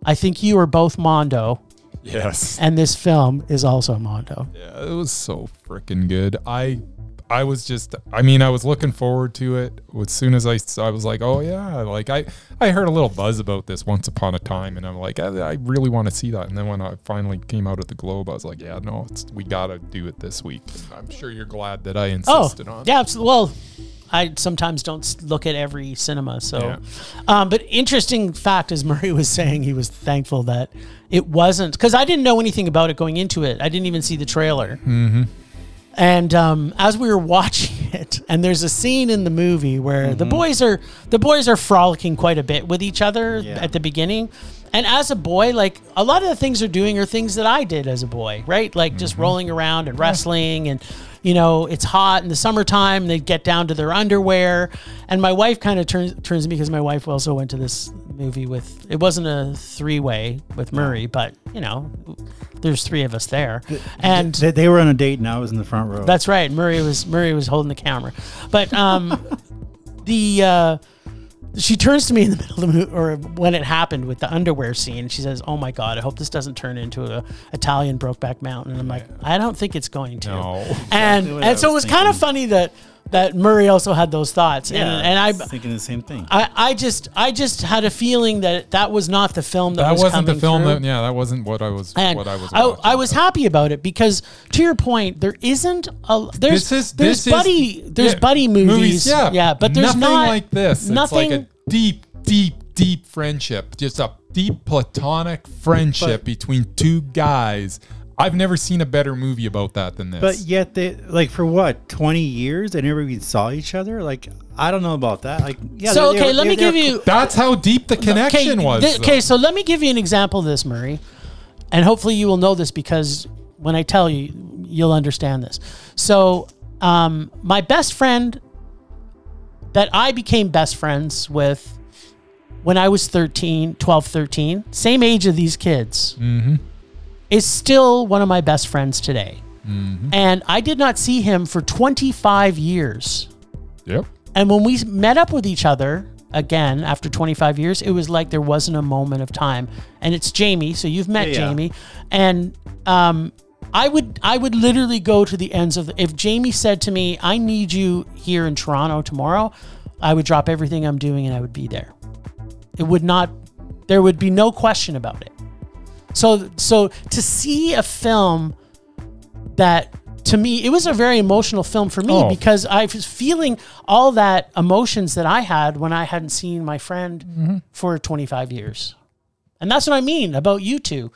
[SPEAKER 2] I think you are both Mondo,
[SPEAKER 1] Yes.
[SPEAKER 2] and this film is also Mondo.
[SPEAKER 1] Yeah, it was so freaking good. I I was just I mean, I was looking forward to it as soon as I s- I was like, "Oh yeah, like I I heard a little buzz about this once upon a time and I'm like, I, I really want to see that." And then when I finally came out at the Globe, I was like, "Yeah, no, it's, we got to do it this week." And I'm sure you're glad that I
[SPEAKER 2] Oh,
[SPEAKER 1] insisted on. it.
[SPEAKER 2] yeah, absolutely. Well, I sometimes don't s- look at every cinema, so.
[SPEAKER 1] Yeah.
[SPEAKER 2] Um, but interesting fact, as Murray was saying, he was thankful that it wasn't because I didn't know anything about it going into it. I didn't even see the trailer.
[SPEAKER 1] Hmm.
[SPEAKER 2] Mm-hmm. And um, as we were watching it, and there's a scene in the movie where the boys are the boys are frolicking quite a bit with each other
[SPEAKER 3] Yeah.
[SPEAKER 2] at the beginning. And as a boy, like a lot of the things they're doing are things that I did as a boy, right? Like just rolling around and wrestling, and you know it's hot in the summertime. They get down to their underwear, and my wife kind of turns turns to me because my wife also went to this movie with. It wasn't a three way with Murray, but you know, there's three of us there, and
[SPEAKER 3] They, they were on a date, and I was in the front row.
[SPEAKER 2] that's right. Murray was Murray was holding the camera, but um, the uh, she turns to me in the middle of the movie, or when it happened with the underwear scene. She says, "Oh my god, I hope this doesn't turn into a Italian Brokeback Mountain." And I'm like, "I don't think it's going to."
[SPEAKER 1] No.
[SPEAKER 2] And
[SPEAKER 3] what I
[SPEAKER 2] and so it was
[SPEAKER 3] was
[SPEAKER 2] kind of funny that that Murray also had those thoughts, and, and I,
[SPEAKER 3] was thinking the same thing.
[SPEAKER 2] I, I just, I just had a feeling that that was not the film that,
[SPEAKER 1] That
[SPEAKER 2] was
[SPEAKER 1] wasn't the
[SPEAKER 2] coming
[SPEAKER 1] film
[SPEAKER 2] through.
[SPEAKER 1] that. Yeah, that wasn't what I was.
[SPEAKER 2] And
[SPEAKER 1] what I was.
[SPEAKER 2] I,
[SPEAKER 1] watching.
[SPEAKER 2] I was happy about it because, to your point, there isn't a there's
[SPEAKER 1] This is
[SPEAKER 2] there's
[SPEAKER 1] this is-
[SPEAKER 2] buddy there's
[SPEAKER 1] yeah,
[SPEAKER 2] buddy movies,
[SPEAKER 1] yeah,
[SPEAKER 2] but there's
[SPEAKER 1] nothing
[SPEAKER 2] not
[SPEAKER 1] like this.
[SPEAKER 2] Nothing.
[SPEAKER 1] It's like a deep, deep, deep friendship. Just a deep platonic friendship between two guys. I've never seen a better movie about that than this.
[SPEAKER 3] but yet they like for what twenty years they never even saw each other. Like I don't know about that. Like yeah.
[SPEAKER 2] so
[SPEAKER 3] they-
[SPEAKER 2] okay,
[SPEAKER 3] they-
[SPEAKER 2] let
[SPEAKER 3] they-
[SPEAKER 2] me
[SPEAKER 3] they're
[SPEAKER 2] give you
[SPEAKER 1] that's how deep the connection was.
[SPEAKER 2] thi-
[SPEAKER 1] though.
[SPEAKER 2] okay, so let me give you an example of this, Murray, and hopefully you will know this because when I tell you, you'll understand this. So, um, my best friend that I became best friends with when I was 13, 12, 13, same age of these kids,
[SPEAKER 1] Mm-hmm.
[SPEAKER 2] is still one of my best friends today.
[SPEAKER 1] Mm-hmm.
[SPEAKER 2] And I did not see him for 25 years.
[SPEAKER 1] Yep.
[SPEAKER 2] And when we met up with each other again after 25 years, it was like there wasn't a moment of time. And it's Jamie, so you've met
[SPEAKER 3] Yeah.
[SPEAKER 2] Jamie, and um, I would I would literally go to the ends of the, if Jamie said to me, "I need you here in Toronto tomorrow," I would drop everything I'm doing and I would be there. It would not. There would be no question about it. So so to see a film that to me it was a very emotional film for me
[SPEAKER 1] Oh.
[SPEAKER 2] because I was feeling all that emotions that I had when I hadn't seen my friend
[SPEAKER 1] Mm-hmm.
[SPEAKER 2] for 25 years. And that's what I mean about you two.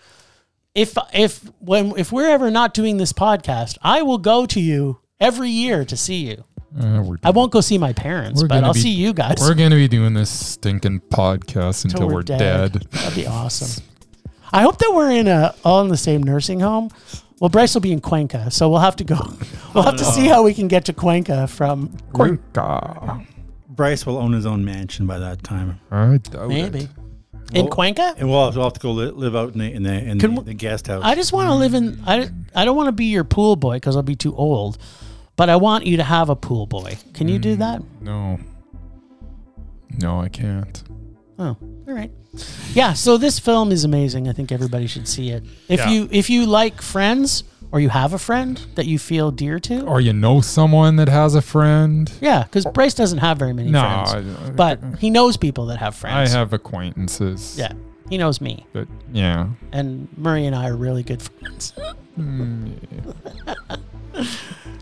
[SPEAKER 2] If if when if we're ever not doing this podcast, I will go to you every year to see you.
[SPEAKER 1] Uh, we're
[SPEAKER 2] I won't go see my parents,
[SPEAKER 1] We're
[SPEAKER 2] but
[SPEAKER 1] gonna
[SPEAKER 2] I'll
[SPEAKER 1] be-
[SPEAKER 2] see you guys.
[SPEAKER 1] We're gonna be doing this stinking podcast until,
[SPEAKER 2] Till
[SPEAKER 1] we're, dead.
[SPEAKER 2] That'd be awesome. I hope that we're in a all in the same nursing home. Well, Bryce will be in Cuenca, so we'll have to go. We'll have to see how we can get to Cuenca from.
[SPEAKER 1] Quinca.
[SPEAKER 3] Bryce will own his own mansion by that time,
[SPEAKER 1] I doubt
[SPEAKER 2] Maybe
[SPEAKER 1] it.
[SPEAKER 2] in
[SPEAKER 3] Well,
[SPEAKER 2] Cuenca.
[SPEAKER 3] and we'll have, we'll have to go li- live out in the in the, in
[SPEAKER 2] Can
[SPEAKER 3] the,
[SPEAKER 2] we-
[SPEAKER 3] the guest house.
[SPEAKER 2] I just want to live in. I I don't want to be your pool boy because I'll be too old. But I want you to have a pool boy. Can you do that?
[SPEAKER 1] No. No, I can't.
[SPEAKER 2] Oh, all right. Yeah. So this film is amazing. I think everybody should see it. If
[SPEAKER 1] Yeah.
[SPEAKER 2] you if you like Friends or you have a friend that you feel dear to,
[SPEAKER 1] Or you know someone that has a friend.
[SPEAKER 2] Yeah, because Bryce doesn't have very many
[SPEAKER 1] No, I
[SPEAKER 2] friends,
[SPEAKER 1] don't-
[SPEAKER 2] but he knows people that have friends.
[SPEAKER 1] I have acquaintances.
[SPEAKER 2] Yeah, he knows me,
[SPEAKER 1] But yeah.
[SPEAKER 2] and Murray and I are really good friends.
[SPEAKER 1] Mm,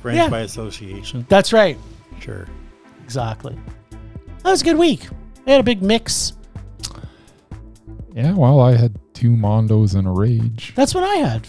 [SPEAKER 3] Friends
[SPEAKER 2] yeah.
[SPEAKER 3] by association.
[SPEAKER 2] That's right,
[SPEAKER 3] Sure.
[SPEAKER 2] exactly. That was a good week. We had a big mix.
[SPEAKER 1] Yeah, well, I had two Mondos and a rage.
[SPEAKER 2] That's what I had.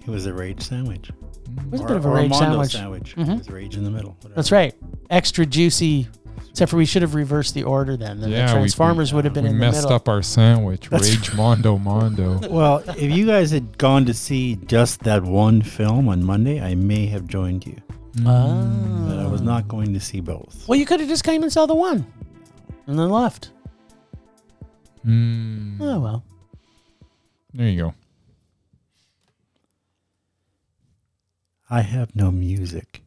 [SPEAKER 3] It was a rage sandwich.
[SPEAKER 2] It was a
[SPEAKER 3] or,
[SPEAKER 2] bit of a
[SPEAKER 3] or
[SPEAKER 2] rage
[SPEAKER 3] Mondo
[SPEAKER 2] sandwich. Mm-hmm.
[SPEAKER 3] It was rage in the middle. whatever.
[SPEAKER 2] That's right. Extra juicy. Except for we should have reversed the order then. Then
[SPEAKER 1] Yeah, we-
[SPEAKER 2] the
[SPEAKER 1] we-
[SPEAKER 2] Transformers would have been
[SPEAKER 1] We
[SPEAKER 2] in the
[SPEAKER 1] messed
[SPEAKER 2] middle.
[SPEAKER 1] up our sandwich. rage Mondo Mondo.
[SPEAKER 3] Well, if you guys had gone to see just that one film on Monday, I may have joined you.
[SPEAKER 2] Ah.
[SPEAKER 3] But I was not going to see both.
[SPEAKER 2] Well, you could have just came and saw the one, and then left.
[SPEAKER 1] Mm,
[SPEAKER 2] Oh well.
[SPEAKER 1] there you go.
[SPEAKER 3] I have no music.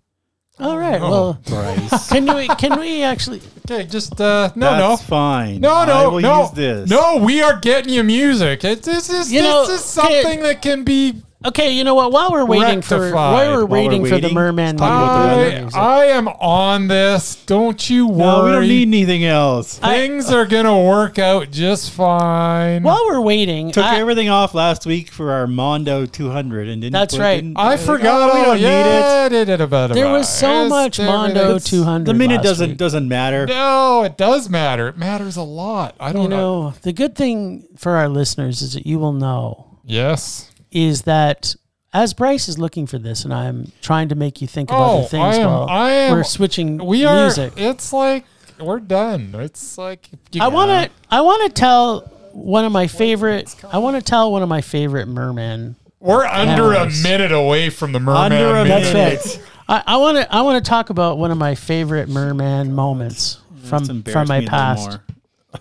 [SPEAKER 2] All right.
[SPEAKER 1] Oh.
[SPEAKER 2] Well,
[SPEAKER 3] Bryce.
[SPEAKER 2] can we can we actually?
[SPEAKER 1] Okay, just uh no
[SPEAKER 3] That's fine.
[SPEAKER 1] no. No,
[SPEAKER 3] I
[SPEAKER 1] no,
[SPEAKER 3] will
[SPEAKER 1] no,
[SPEAKER 3] use this.
[SPEAKER 1] no! We are getting you music. It, this is
[SPEAKER 2] You
[SPEAKER 1] this
[SPEAKER 2] know,
[SPEAKER 1] is something
[SPEAKER 2] okay.
[SPEAKER 1] that can be.
[SPEAKER 2] Okay, you know what? While we're waiting for
[SPEAKER 1] Rectified.
[SPEAKER 2] while we're
[SPEAKER 3] While we're
[SPEAKER 2] waiting for the uh,
[SPEAKER 3] waiting,
[SPEAKER 2] merman,
[SPEAKER 3] let's talk about the
[SPEAKER 1] I, I am on this. Don't you worry.
[SPEAKER 3] No, we don't need anything else.
[SPEAKER 2] I-
[SPEAKER 1] Things are gonna work out just fine.
[SPEAKER 2] while we're waiting,
[SPEAKER 3] Took
[SPEAKER 2] I,
[SPEAKER 3] everything off last week for our Mondo 200 and didn't.
[SPEAKER 2] That's
[SPEAKER 3] put-
[SPEAKER 2] right.
[SPEAKER 3] didn't-
[SPEAKER 1] I
[SPEAKER 3] like,
[SPEAKER 1] forgot.
[SPEAKER 3] oh, we
[SPEAKER 1] all-
[SPEAKER 3] don't need it.
[SPEAKER 1] yeah, da-da-da-da-da-da.
[SPEAKER 2] there was so
[SPEAKER 1] Yes,
[SPEAKER 2] much
[SPEAKER 1] there it
[SPEAKER 2] Mondo
[SPEAKER 1] is.
[SPEAKER 2] 200.
[SPEAKER 3] The minute
[SPEAKER 2] last
[SPEAKER 3] doesn't
[SPEAKER 2] week.
[SPEAKER 3] doesn't matter.
[SPEAKER 1] No, it does matter. It matters a lot. I don't
[SPEAKER 2] You
[SPEAKER 1] know.
[SPEAKER 2] know, the good thing for our listeners is that you will know
[SPEAKER 1] Yes.
[SPEAKER 2] is that as Bryce is looking for this, and I'm trying to make you think of
[SPEAKER 1] Oh,
[SPEAKER 2] other things
[SPEAKER 1] I am-
[SPEAKER 2] while
[SPEAKER 1] I am-
[SPEAKER 2] we're switching
[SPEAKER 1] We are.
[SPEAKER 2] music.
[SPEAKER 1] It's like we're done. It's like you
[SPEAKER 2] I want to. I want to tell one of my favorite. I want to tell one of my favorite merman
[SPEAKER 1] We're under a
[SPEAKER 2] Hours.
[SPEAKER 1] minute away from the merman.
[SPEAKER 3] Under a
[SPEAKER 1] minute.
[SPEAKER 2] That's
[SPEAKER 3] minute.
[SPEAKER 2] right. I- I want to I want to talk about one of my favorite merman moments
[SPEAKER 3] It's
[SPEAKER 2] from from
[SPEAKER 3] embarrassed me
[SPEAKER 2] my
[SPEAKER 3] a little
[SPEAKER 2] past.
[SPEAKER 3] more.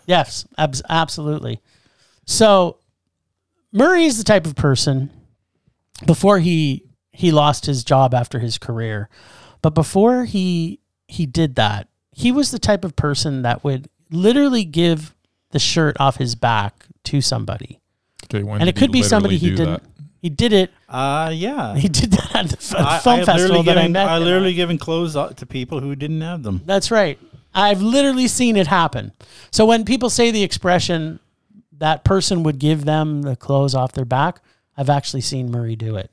[SPEAKER 2] Yes, abs- absolutely. So Murray is the type of person before he he lost his job after his career, but before he he did that, he was the type of person that would literally give the shirt off his back to somebody.
[SPEAKER 1] Okay, when
[SPEAKER 2] And
[SPEAKER 1] did
[SPEAKER 2] it could
[SPEAKER 1] he
[SPEAKER 2] be somebody
[SPEAKER 1] literally
[SPEAKER 2] he
[SPEAKER 1] do
[SPEAKER 2] didn't-
[SPEAKER 1] that?
[SPEAKER 2] He did it.
[SPEAKER 3] Uh, yeah.
[SPEAKER 2] He did that at the f-
[SPEAKER 3] I,
[SPEAKER 2] film
[SPEAKER 3] I've
[SPEAKER 2] festival
[SPEAKER 3] literally
[SPEAKER 2] that I
[SPEAKER 3] given,
[SPEAKER 2] met.
[SPEAKER 3] I
[SPEAKER 2] him
[SPEAKER 3] literally
[SPEAKER 2] at.
[SPEAKER 3] given clothes out to people who didn't have them.
[SPEAKER 2] That's right. I've literally seen it happen. So when people say the expression that person would give them the clothes off their back, I've actually seen Murray do it.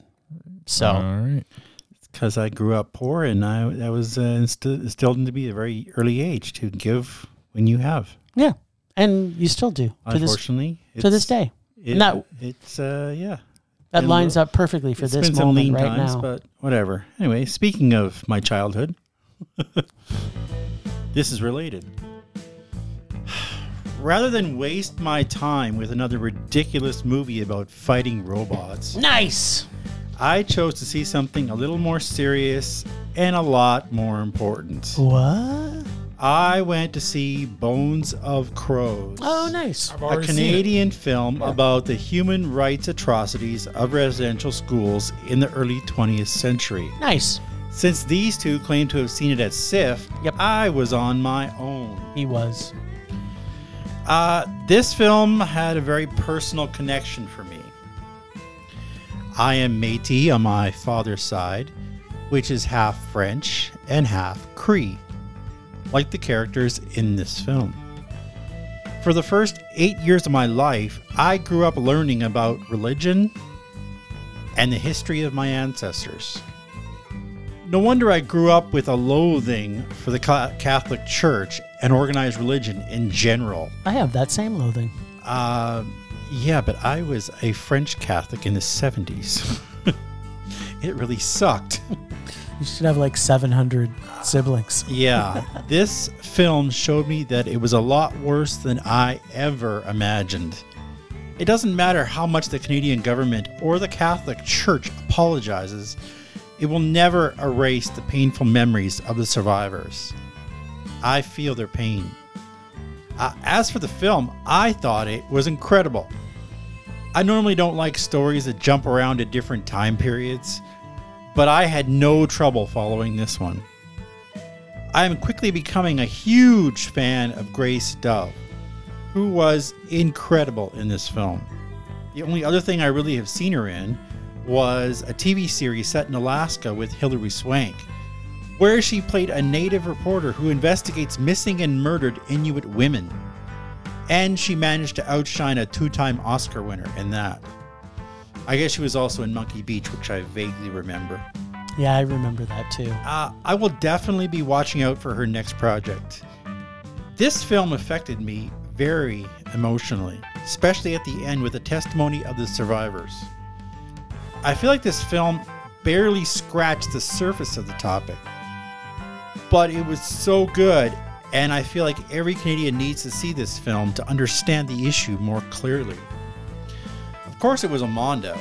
[SPEAKER 2] So
[SPEAKER 3] Uh-huh.
[SPEAKER 1] All right.
[SPEAKER 3] because I grew up poor and I that was uh, insti- instilled into me at a very early age to give when you have.
[SPEAKER 2] yeah, and you still do to this
[SPEAKER 3] Unfortunately,
[SPEAKER 2] to this
[SPEAKER 3] it's-
[SPEAKER 2] day.
[SPEAKER 3] it,
[SPEAKER 2] No.
[SPEAKER 3] it's uh, yeah.
[SPEAKER 2] That
[SPEAKER 3] And
[SPEAKER 2] lines
[SPEAKER 3] look,
[SPEAKER 2] up perfectly for
[SPEAKER 3] It's
[SPEAKER 2] this
[SPEAKER 3] been some
[SPEAKER 2] moment
[SPEAKER 3] lean
[SPEAKER 2] right
[SPEAKER 3] times,
[SPEAKER 2] now.
[SPEAKER 3] but whatever. Anyway, speaking of my childhood, this is related. Rather than waste my time with another ridiculous movie about fighting robots,
[SPEAKER 2] nice.
[SPEAKER 3] I chose to see something a little more serious and a lot more important.
[SPEAKER 2] What?
[SPEAKER 3] I went to see Bones of Crows.
[SPEAKER 2] Oh, nice.
[SPEAKER 1] I've
[SPEAKER 3] A
[SPEAKER 1] already seen it.
[SPEAKER 3] Canadian film about the human rights atrocities of residential schools in the early 20th century.
[SPEAKER 2] Nice.
[SPEAKER 3] Since these two claim to have seen it at SIF,
[SPEAKER 2] Yep.
[SPEAKER 3] I was on my own.
[SPEAKER 2] He was.
[SPEAKER 3] Uh, this film had a very personal connection for me. I am Metis on my father's side, which is half French and half Cree, like the characters in this film. For the first eight years of my life, I grew up learning about religion and the history of my ancestors. No wonder I grew up with a loathing for the Ca- Catholic Church and organized religion in general.
[SPEAKER 2] I have that same loathing.
[SPEAKER 3] Uh, yeah, but I was a French Catholic in the 70s. it really sucked.
[SPEAKER 2] You should have like 700 siblings.
[SPEAKER 3] Yeah, this film showed me that it was a lot worse than I ever imagined. It doesn't matter how much the Canadian government or the Catholic Church apologizes, it will never erase the painful memories of the survivors. I feel their pain. Uh, as for the film, I thought it was incredible. I normally don't like stories that jump around to different time periods, but I had no trouble following this one. I am quickly becoming a huge fan of Grace Dove, who was incredible in this film. The only other thing I really have seen her in was a TV series set in Alaska with Hilary Swank, where she played a native reporter who investigates missing and murdered Inuit women. And she managed to outshine a two time Oscar winner in that. I guess she was also in Monkey Beach, which I vaguely remember.
[SPEAKER 2] Yeah, I remember that too.
[SPEAKER 3] Uh, I will definitely be watching out for her next project. This film affected me very emotionally, especially at the end with the testimony of the survivors. I feel like this film barely scratched the surface of the topic, but it was so good, and I feel like every Canadian needs to see this film to understand the issue more clearly. Of course, it was a Mondo,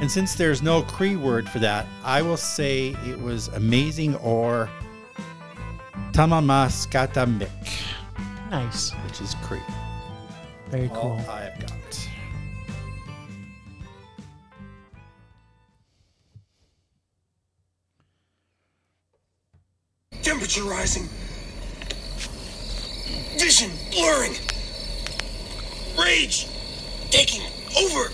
[SPEAKER 3] and since there's no Cree word for that, I will say it was amazing or Tamamaskatamik,
[SPEAKER 2] Nice.
[SPEAKER 3] which is Cree.
[SPEAKER 2] Very
[SPEAKER 3] All
[SPEAKER 2] cool.
[SPEAKER 3] I've got.
[SPEAKER 4] Temperature rising. Vision blurring. Rage taking over.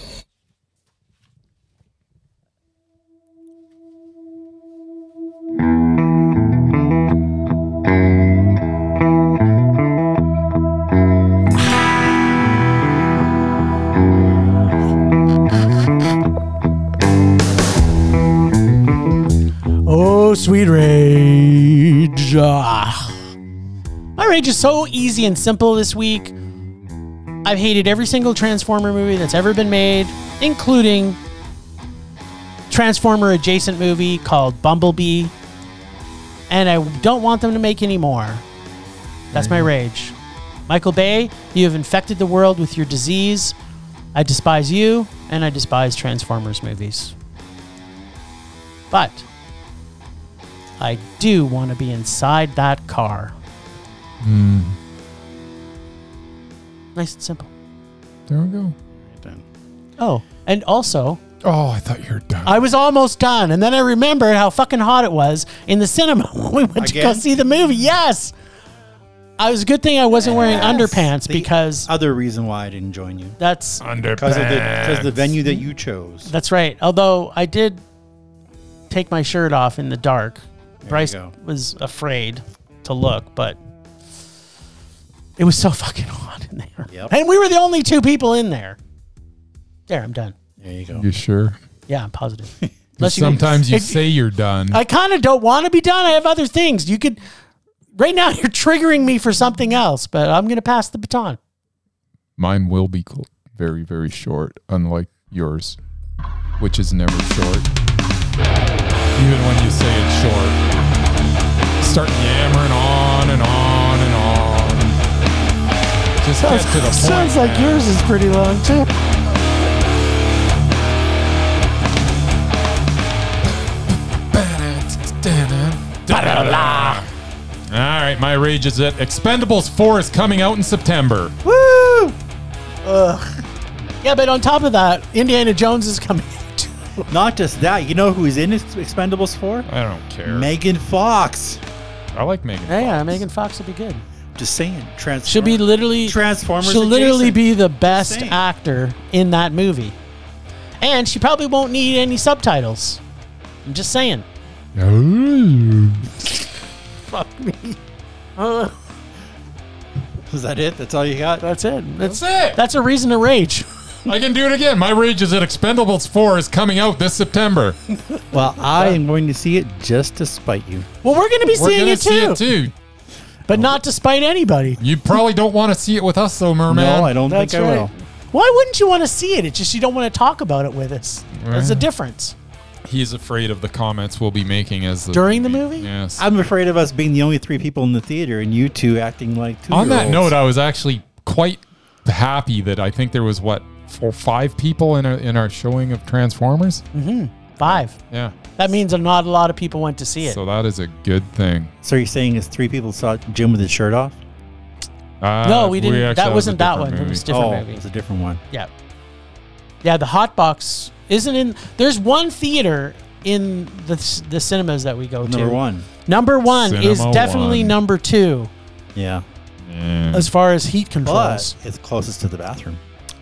[SPEAKER 2] Oh, sweet rage. Ah. My rage is so easy and simple this week. I've hated every single Transformer movie that's ever been made, including Transformer adjacent movie called Bumblebee. And I don't want them to make any more. That's my rage. Michael Bay, you have infected the world with your disease. I despise you, and I despise Transformers movies. But I do want to be inside that car. Nice and simple.
[SPEAKER 1] There we go.
[SPEAKER 2] Oh, and also,
[SPEAKER 1] Oh, I thought you were done.
[SPEAKER 2] I was almost done, and then I remembered how fucking hot it was in the cinema when we went to go
[SPEAKER 3] Again?
[SPEAKER 2] see the movie. Yes! I was a good thing I wasn't wearing
[SPEAKER 3] Yes.
[SPEAKER 2] underpants
[SPEAKER 3] The
[SPEAKER 2] because
[SPEAKER 3] Other reason why I didn't join you
[SPEAKER 2] that's
[SPEAKER 1] Underpants.
[SPEAKER 3] because of the because the venue that you chose.
[SPEAKER 2] that's right. Although I did take my shirt off in the dark. Bryce
[SPEAKER 3] go.
[SPEAKER 2] was afraid to look, but it was so fucking hot in there.
[SPEAKER 3] Yep.
[SPEAKER 2] And we were the only two people in there. There, I'm done.
[SPEAKER 3] There you go.
[SPEAKER 1] You sure?
[SPEAKER 2] Yeah, I'm positive.
[SPEAKER 1] 'Cause
[SPEAKER 2] Unless
[SPEAKER 1] Sometimes you
[SPEAKER 2] if-
[SPEAKER 1] say you're done.
[SPEAKER 2] I kind of don't want to be done. I have other things. You could, right now, you're triggering me for something else, but I'm going to pass the baton.
[SPEAKER 1] Mine will be cl- very, very short, unlike yours, which is never short. Even when you say it's short, start yammering on and on and on. Just get to the point.
[SPEAKER 2] Sounds like yours is pretty long, too.
[SPEAKER 1] All right, my rage is it. Expendables 4 is coming out in September.
[SPEAKER 2] Woo! Ugh. Yeah, but on top of that, Indiana Jones is coming. out.
[SPEAKER 3] Not just that. You know who's in Ex- Expendables for?
[SPEAKER 1] I don't care.
[SPEAKER 3] Megan Fox.
[SPEAKER 1] I like Megan.
[SPEAKER 2] Yeah, yeah, Megan Fox will be good.
[SPEAKER 3] Just saying. Transform-
[SPEAKER 2] She'll be literally
[SPEAKER 3] Transformers
[SPEAKER 2] She'll literally
[SPEAKER 3] adjacent.
[SPEAKER 2] be the best
[SPEAKER 3] Same.
[SPEAKER 2] actor in that movie, and she probably won't need any subtitles. I'm just saying. Fuck me. Uh,
[SPEAKER 3] Is that it? That's all you got?
[SPEAKER 2] that's it. That's,
[SPEAKER 1] That's it.
[SPEAKER 2] that's a reason to rage.
[SPEAKER 1] I can do it again. My rage is that Expendables 4 is coming out this September.
[SPEAKER 3] Well, I am going to see it just to spite you.
[SPEAKER 2] Well, we're gonna be
[SPEAKER 1] We're
[SPEAKER 2] seeing
[SPEAKER 1] gonna
[SPEAKER 2] it too,
[SPEAKER 1] see it too.
[SPEAKER 2] but not to spite anybody.
[SPEAKER 1] You probably don't want to see it with us, though, Merman.
[SPEAKER 3] No, I don't
[SPEAKER 2] That's
[SPEAKER 3] think I
[SPEAKER 2] right.
[SPEAKER 3] will.
[SPEAKER 2] Why wouldn't you want to see it? It's just you don't want to talk about it with us. There's a difference.
[SPEAKER 1] He's afraid of the comments we'll be making as the
[SPEAKER 2] During the movie?
[SPEAKER 1] Yes.
[SPEAKER 3] I'm afraid of us being the only three people in the theater and you two acting like two.
[SPEAKER 1] On that note, I was actually quite happy that I think there was what four, five people in our, in our showing of Transformers.
[SPEAKER 2] Five.
[SPEAKER 1] Yeah.
[SPEAKER 2] That means that not a lot of people went to see it.
[SPEAKER 1] So that is a good thing.
[SPEAKER 3] so you're saying is three people saw Jim with his shirt off?
[SPEAKER 1] Uh,
[SPEAKER 2] no, we didn't.
[SPEAKER 1] actually-
[SPEAKER 2] that wasn't
[SPEAKER 1] a
[SPEAKER 2] that one.
[SPEAKER 1] different
[SPEAKER 2] It was
[SPEAKER 1] movie.
[SPEAKER 2] different
[SPEAKER 3] oh,
[SPEAKER 2] movie.
[SPEAKER 3] it's a different one.
[SPEAKER 2] Yeah. Yeah, the hot box isn't in. There's one theater in the c- the cinemas that we go to.
[SPEAKER 3] Number one.
[SPEAKER 2] Number one is
[SPEAKER 1] Cinema
[SPEAKER 2] definitely
[SPEAKER 1] one. Hmm.
[SPEAKER 2] number two
[SPEAKER 3] Yeah.
[SPEAKER 1] Yeah,
[SPEAKER 2] as far as heat controls.
[SPEAKER 3] But it's closest to the bathroom.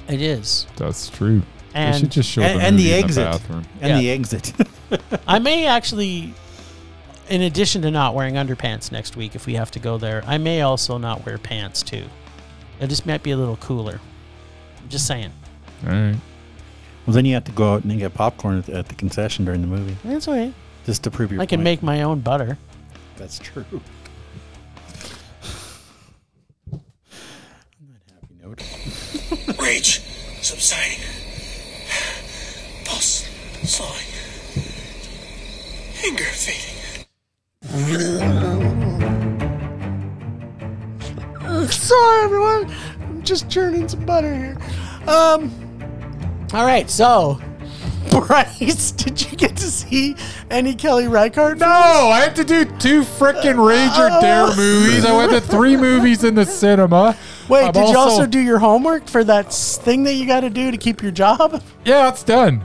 [SPEAKER 2] it is.
[SPEAKER 1] that's true.
[SPEAKER 2] And-
[SPEAKER 1] they should just show
[SPEAKER 3] and,
[SPEAKER 1] the
[SPEAKER 3] and
[SPEAKER 1] movie
[SPEAKER 3] the
[SPEAKER 1] in
[SPEAKER 3] exit.
[SPEAKER 1] bathroom.
[SPEAKER 3] and
[SPEAKER 2] Yeah.
[SPEAKER 3] the exit.
[SPEAKER 2] I may actually, in addition to not wearing underpants next week, if we have to go there, I may also not wear pants too. It just might be a little cooler. I'm just saying.
[SPEAKER 1] All right.
[SPEAKER 3] well, then you have to go out and get popcorn at the, at the concession during the movie
[SPEAKER 2] That's okay.
[SPEAKER 3] just to prove your
[SPEAKER 2] I can
[SPEAKER 3] point.
[SPEAKER 2] make my own butter.
[SPEAKER 3] That's true. On that happy note.
[SPEAKER 4] Rage subsiding. Pulse slowing. Anger fading.
[SPEAKER 2] Sorry, everyone. I'm just churning some butter here. Um. All right, so Bryce, did you get to see any Kelly Reichardt?
[SPEAKER 1] No, I had to do two freaking Rage
[SPEAKER 2] Oh.
[SPEAKER 1] or Dare movies. I went to three movies in the cinema.
[SPEAKER 2] Wait,
[SPEAKER 1] I've
[SPEAKER 2] did you also do your homework for that s- thing that you got to do to keep your job?
[SPEAKER 1] Yeah, it's done.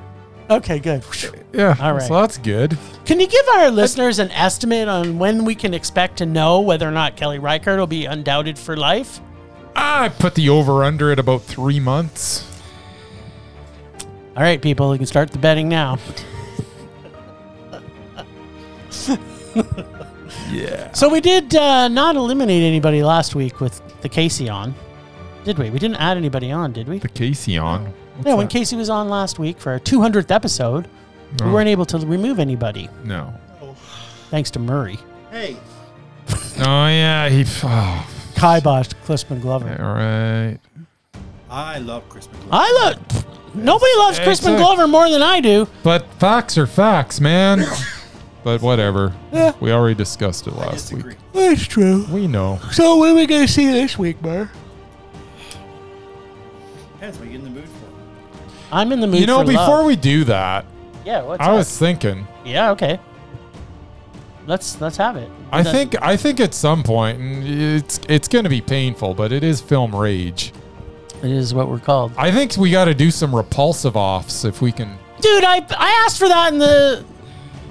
[SPEAKER 2] Okay, good.
[SPEAKER 1] Yeah.
[SPEAKER 2] All right.
[SPEAKER 1] So that's good.
[SPEAKER 2] Can you give our listeners an estimate on when we can expect to know whether or not Kelly Reichardt will be undoubted for life?
[SPEAKER 1] I put the over under at about three months.
[SPEAKER 2] All right, people, you can start the betting now.
[SPEAKER 1] Yeah.
[SPEAKER 2] So we did uh, not eliminate anybody last week with the Casey on, did we? We didn't add anybody on, did we?
[SPEAKER 1] The Casey on.
[SPEAKER 2] no, when Casey was on last week for our 200th episode, we
[SPEAKER 1] Oh.
[SPEAKER 2] weren't able to remove anybody
[SPEAKER 1] No.
[SPEAKER 2] thanks to Murray.
[SPEAKER 3] Hey.
[SPEAKER 1] Oh yeah, he. Oh,
[SPEAKER 2] Kiboshed Clissman Glover.
[SPEAKER 1] all right.
[SPEAKER 3] I love Crispin Glover.
[SPEAKER 2] I love. Nobody loves Crispin
[SPEAKER 1] exactly.
[SPEAKER 2] Glover more than I do.
[SPEAKER 1] But facts are facts, man. but whatever. We already discussed it last week.
[SPEAKER 3] Disagree.
[SPEAKER 2] That's true.
[SPEAKER 1] We know.
[SPEAKER 2] So what are we gonna see this week, Murr?
[SPEAKER 3] Depends what you're in the mood for.
[SPEAKER 2] I'm in the mood.
[SPEAKER 1] you know,
[SPEAKER 2] for
[SPEAKER 1] before
[SPEAKER 2] love.
[SPEAKER 1] we do that,
[SPEAKER 2] Yeah. What's
[SPEAKER 1] I
[SPEAKER 2] up?
[SPEAKER 1] was thinking.
[SPEAKER 2] Yeah. Okay. Let's let's have it.
[SPEAKER 1] I
[SPEAKER 2] Then-
[SPEAKER 1] think I think at some point, and it's it's going to be painful, but it is film rage.
[SPEAKER 2] it is what we're called.
[SPEAKER 1] I think we got to do some repulsive offs if we can.
[SPEAKER 2] Dude, I I asked for that in the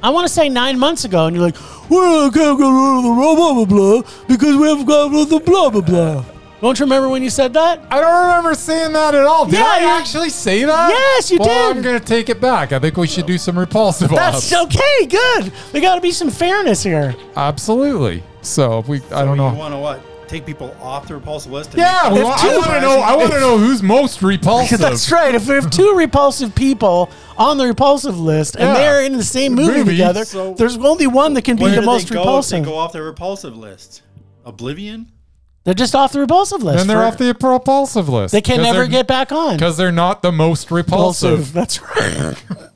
[SPEAKER 2] I want to say nine months ago, and you're like, well, I can't get rid of the blah, blah, blah, blah, because we haven't got rid of the blah, blah, blah. Don't you remember when you said that?
[SPEAKER 1] I don't remember saying that at all. Did
[SPEAKER 2] Yeah,
[SPEAKER 1] I
[SPEAKER 2] you-
[SPEAKER 1] actually say that?
[SPEAKER 2] Yes, you
[SPEAKER 1] well,
[SPEAKER 2] did.
[SPEAKER 1] I'm gonna take it back. I think we should do some repulsive
[SPEAKER 2] That's
[SPEAKER 1] ops.
[SPEAKER 2] okay, good. We got to be some fairness here.
[SPEAKER 1] Absolutely. So if we, I don't know.
[SPEAKER 3] You want to what? Take people off the repulsive list? and
[SPEAKER 1] yeah,
[SPEAKER 3] make
[SPEAKER 1] we
[SPEAKER 3] them
[SPEAKER 1] want, I
[SPEAKER 3] surprising?
[SPEAKER 1] want to know. I want to know who's most repulsive.
[SPEAKER 2] That's right. If we have two repulsive people on the repulsive list and
[SPEAKER 1] Yeah.
[SPEAKER 2] they're in the same movie,
[SPEAKER 1] Movie,
[SPEAKER 2] together,
[SPEAKER 3] so
[SPEAKER 2] there's only one that can be
[SPEAKER 3] Where
[SPEAKER 2] the
[SPEAKER 3] do
[SPEAKER 2] most
[SPEAKER 3] they go if they
[SPEAKER 2] repulsive.
[SPEAKER 3] go off the repulsive list? Oblivion?
[SPEAKER 2] They're just off the repulsive list.
[SPEAKER 1] Then they're
[SPEAKER 2] for-
[SPEAKER 1] off the repulsive list.
[SPEAKER 2] They can never get back on.
[SPEAKER 1] because they're not the most repulsive.
[SPEAKER 2] repulsive. That's right.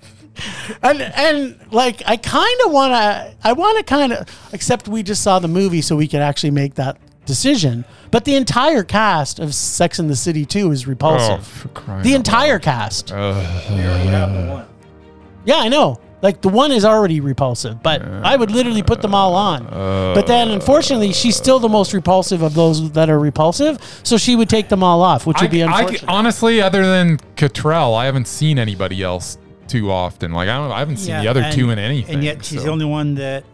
[SPEAKER 2] and and like I kind of want to I want to kind of except we just saw the movie so we could actually make that decision. But the entire cast of Sex and the City 2 is
[SPEAKER 1] Oh,
[SPEAKER 2] repulsive.
[SPEAKER 1] for crying
[SPEAKER 2] the
[SPEAKER 1] out
[SPEAKER 2] entire cast.
[SPEAKER 3] We
[SPEAKER 1] Uh,
[SPEAKER 3] already have the one.
[SPEAKER 2] Yeah, I know. Like the one is already repulsive, but I would literally put them all on. but then
[SPEAKER 1] Uh.
[SPEAKER 2] unfortunately, she's still the most repulsive of those that are repulsive, so she would take them all off, which
[SPEAKER 1] I,
[SPEAKER 2] would be
[SPEAKER 1] I-
[SPEAKER 2] unfortunate.
[SPEAKER 1] honestly, other than Cottrell, I haven't seen anybody else too often. Like I, don't, I haven't seen the other
[SPEAKER 3] and-
[SPEAKER 1] two in anything.
[SPEAKER 3] And yet she's
[SPEAKER 1] so-
[SPEAKER 3] the only one that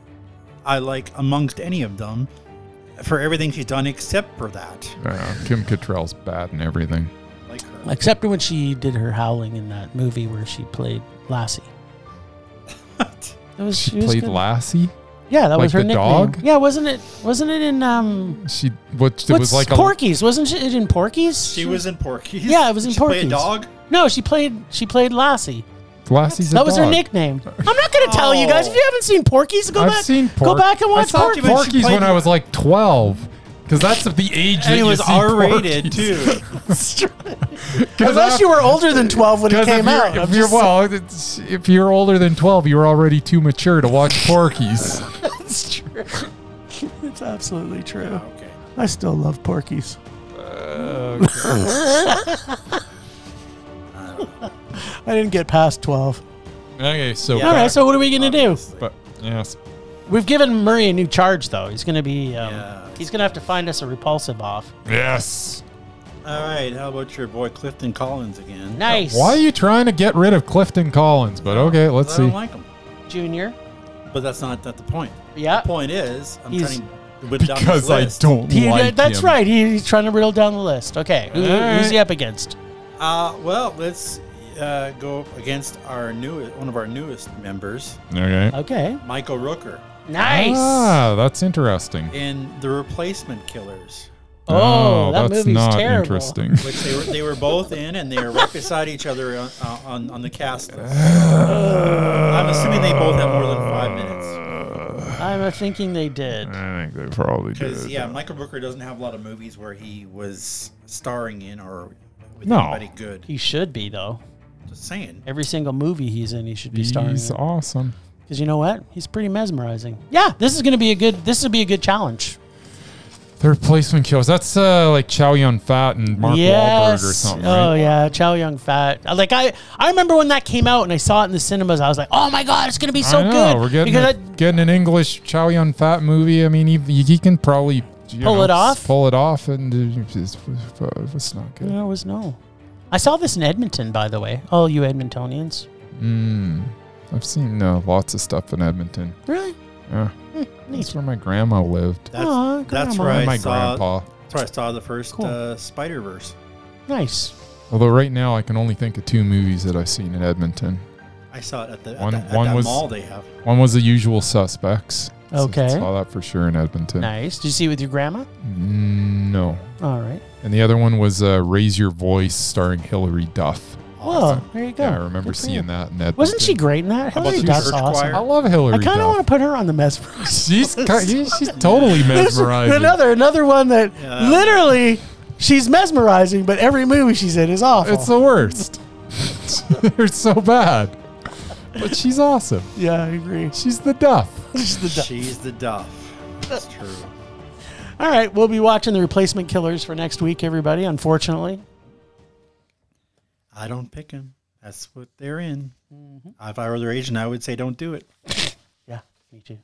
[SPEAKER 3] I like amongst any of them for everything she's done except for that.
[SPEAKER 1] Yeah, uh, Kim Cottrell's bad and everything.
[SPEAKER 3] Like her.
[SPEAKER 2] Except when she did her howling in that movie where she played Lassie. That was,
[SPEAKER 1] She
[SPEAKER 2] was
[SPEAKER 1] played
[SPEAKER 2] good.
[SPEAKER 1] Lassie.
[SPEAKER 2] Yeah, that
[SPEAKER 1] like
[SPEAKER 2] was her
[SPEAKER 1] the
[SPEAKER 2] nickname.
[SPEAKER 1] dog?
[SPEAKER 2] Yeah, wasn't it? Wasn't it in um?
[SPEAKER 1] She what? It
[SPEAKER 2] What's
[SPEAKER 1] was like a
[SPEAKER 2] Porky's? wasn't she in Porky's?
[SPEAKER 3] She was in Porky's.
[SPEAKER 2] Yeah, it was in
[SPEAKER 3] she play
[SPEAKER 2] Porky's.
[SPEAKER 3] a dog.
[SPEAKER 2] No, she played. She played Lassie.
[SPEAKER 1] Lassie's a
[SPEAKER 2] that was her
[SPEAKER 1] dog.
[SPEAKER 2] nickname. I'm not going to tell you guys if you haven't seen Porky's. Go
[SPEAKER 1] I've
[SPEAKER 2] back.
[SPEAKER 1] seen Porky.
[SPEAKER 2] Go back and watch
[SPEAKER 1] I saw
[SPEAKER 2] Porky.
[SPEAKER 1] Porky's, when
[SPEAKER 3] played-
[SPEAKER 1] I was like twelve. Because that's the age that
[SPEAKER 3] And it was
[SPEAKER 1] you see
[SPEAKER 3] R rated
[SPEAKER 1] Porky's.
[SPEAKER 3] too.
[SPEAKER 2] Unless you were older than 12 when it
[SPEAKER 1] Because if
[SPEAKER 2] came
[SPEAKER 1] you're,
[SPEAKER 2] out. I'm
[SPEAKER 1] if you're
[SPEAKER 2] just-
[SPEAKER 1] well, it's- if you're older than twelve, you're already too mature to watch Porky's.
[SPEAKER 2] it's true. It's absolutely true.
[SPEAKER 3] okay.
[SPEAKER 2] I still love Porky's. I didn't get past 12.
[SPEAKER 1] okay, so
[SPEAKER 3] Yeah.
[SPEAKER 2] All right, so what are we going to do?
[SPEAKER 1] but yes,
[SPEAKER 2] We've given Murray a new charge, though. He's going to be. Um,
[SPEAKER 3] Yeah.
[SPEAKER 2] He's going to have to find us a repulsive off.
[SPEAKER 1] yes.
[SPEAKER 3] All right. How about your boy Clifton Collins again?
[SPEAKER 2] Nice.
[SPEAKER 1] Why are you trying to get rid of Clifton Collins? But okay, let's
[SPEAKER 3] I
[SPEAKER 1] see.
[SPEAKER 3] don't like him.
[SPEAKER 2] Junior?
[SPEAKER 3] But that's not not the point.
[SPEAKER 2] Yeah.
[SPEAKER 3] The point is, I'm
[SPEAKER 2] He's-
[SPEAKER 3] trying to whip down this
[SPEAKER 1] Because I
[SPEAKER 3] list.
[SPEAKER 1] don't
[SPEAKER 2] He-
[SPEAKER 1] like
[SPEAKER 2] that's
[SPEAKER 1] him.
[SPEAKER 2] right. He, he's trying to riddle down the list. Okay. Who,
[SPEAKER 1] All
[SPEAKER 2] Who's
[SPEAKER 1] right.
[SPEAKER 2] he up against?
[SPEAKER 3] Uh, well, let's uh, go up against our new one of our newest members,
[SPEAKER 1] Okay.
[SPEAKER 2] Okay.
[SPEAKER 3] Michael Rooker,
[SPEAKER 2] Nice.
[SPEAKER 1] Ah, that's interesting.
[SPEAKER 3] in The Replacement Killers,
[SPEAKER 2] Oh, that
[SPEAKER 1] that's
[SPEAKER 2] movie's
[SPEAKER 1] not
[SPEAKER 2] terrible.
[SPEAKER 1] interesting.
[SPEAKER 3] which they were they were both in, and they are right beside each other on, uh, on on the cast list. I'm assuming they both have more than five minutes,
[SPEAKER 2] I'm uh, thinking they did.
[SPEAKER 1] I think they probably
[SPEAKER 3] because
[SPEAKER 1] did.
[SPEAKER 3] yeah, Michael Rooker doesn't have a lot of movies where he was starring in or with
[SPEAKER 1] No.
[SPEAKER 3] anybody good.
[SPEAKER 2] He should be though.
[SPEAKER 3] Just saying.
[SPEAKER 2] Every single movie he's in, he should be starring.
[SPEAKER 1] He's awesome.
[SPEAKER 2] Because you know what? He's pretty mesmerizing. Yeah, this is going to be a good. This will be a good challenge.
[SPEAKER 1] The replacement kills. That's uh, like Chow Yun Fat and Mark
[SPEAKER 2] yes.
[SPEAKER 1] Wahlberg or something.
[SPEAKER 2] Oh
[SPEAKER 1] right?
[SPEAKER 2] yeah, Chow Young Fat. Uh, Like I, I remember when that came out and I saw it in the cinemas. I was like, oh my god, it's going to be so
[SPEAKER 1] I know.
[SPEAKER 2] good.
[SPEAKER 1] We're getting
[SPEAKER 2] because
[SPEAKER 1] a- getting an English Chow Yun Fat movie. I mean, he, he can probably you
[SPEAKER 2] Pull
[SPEAKER 1] know,
[SPEAKER 2] it off?
[SPEAKER 1] Pull it off, and it's, it's not
[SPEAKER 2] I,
[SPEAKER 1] good.
[SPEAKER 2] no, it was no. I saw this in Edmonton, by the way. All you Edmontonians.
[SPEAKER 1] Mm. I've seen uh, lots of stuff in Edmonton.
[SPEAKER 2] Really?
[SPEAKER 1] Yeah.
[SPEAKER 2] Hmm,
[SPEAKER 1] That's where my grandma lived.
[SPEAKER 3] That's,
[SPEAKER 2] Aw,
[SPEAKER 3] that's
[SPEAKER 2] grandma.
[SPEAKER 3] where I
[SPEAKER 1] and my
[SPEAKER 3] saw.
[SPEAKER 1] grandpa.
[SPEAKER 3] That's where I saw the first
[SPEAKER 2] Cool.
[SPEAKER 3] uh, Spider Verse.
[SPEAKER 2] Nice.
[SPEAKER 1] Although right now I can only think of two movies that I've seen in Edmonton.
[SPEAKER 3] I saw it at the at,
[SPEAKER 1] One-
[SPEAKER 3] the, at
[SPEAKER 1] one
[SPEAKER 3] that
[SPEAKER 1] was-
[SPEAKER 3] mall they have.
[SPEAKER 1] One was The Usual Suspects. So
[SPEAKER 2] Okay.
[SPEAKER 1] saw that for sure in Edmonton.
[SPEAKER 2] Nice. Did you see it with your grandma?
[SPEAKER 1] Mm, No.
[SPEAKER 2] All right.
[SPEAKER 1] And the other one was uh, Raise Your Voice, starring Hillary Duff.
[SPEAKER 2] Whoa, there you go.
[SPEAKER 1] Yeah, I remember
[SPEAKER 2] Oh, Good for
[SPEAKER 1] seeing
[SPEAKER 2] you.
[SPEAKER 1] that in Edmonton.
[SPEAKER 2] Wasn't she great in that?
[SPEAKER 3] How about
[SPEAKER 2] Hillary
[SPEAKER 3] the
[SPEAKER 2] Duff's
[SPEAKER 3] church
[SPEAKER 2] awesome.
[SPEAKER 3] choir?
[SPEAKER 1] I love Hillary
[SPEAKER 2] I kind of
[SPEAKER 1] Duff.
[SPEAKER 2] want to put her on the mesmerized.
[SPEAKER 1] She's, ki- she's totally
[SPEAKER 2] There's
[SPEAKER 1] mesmerizing.
[SPEAKER 2] another another one that
[SPEAKER 3] Yeah.
[SPEAKER 2] literally she's mesmerizing, but every movie she's in is awful.
[SPEAKER 1] It's the worst. They're so bad. But she's awesome.
[SPEAKER 2] yeah, I agree.
[SPEAKER 1] She's the Duff.
[SPEAKER 2] She's the duck.
[SPEAKER 3] She's the Duff. That's true.
[SPEAKER 2] All right, we'll be watching the Replacement Killers for next week, everybody. Unfortunately,
[SPEAKER 3] I don't pick him. That's what they're in.
[SPEAKER 1] Mm-hmm.
[SPEAKER 3] If I were their agent, I would say don't do it.
[SPEAKER 2] yeah, me too.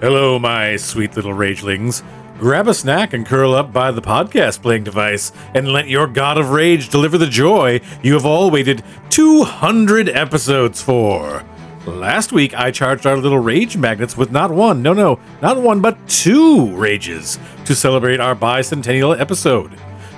[SPEAKER 5] Hello, my sweet little ragelings. grab a snack and curl up by the podcast playing device, and let your god of rage deliver the joy you have all waited 200 episodes for. Last week, I charged our little rage magnets with not one, no, no, not one, but two rages to celebrate our bicentennial episode.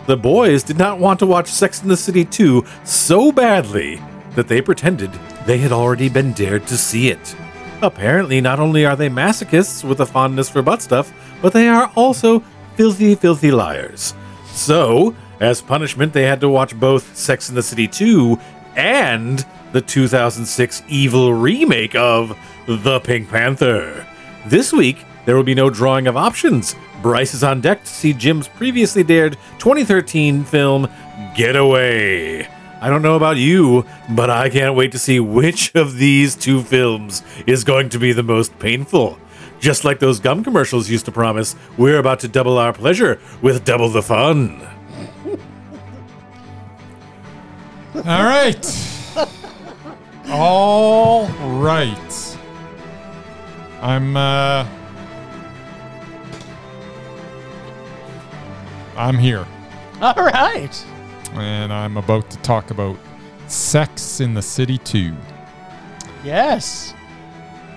[SPEAKER 5] The boys did not want to watch Sex in the City 2 so badly that they pretended they had already been dared to see it. Apparently, not only are they masochists with a fondness for butt stuff, but they are also filthy, filthy liars. So, as punishment, they had to watch both Sex and the City 2 and the 2006 evil remake of The Pink Panther. This week, there will be no drawing of options. Bryce is on deck to see Jim's previously dared 2013 film, Getaway. I don't know about you, but I can't wait to see which of these two films is going to be the most painful. Just like those gum commercials used to promise, we're about to double our pleasure with double the fun.
[SPEAKER 1] All right. All right. I'm uh I'm here
[SPEAKER 2] All right.
[SPEAKER 1] and I'm about to talk about Sex in the City 2.
[SPEAKER 2] Yes.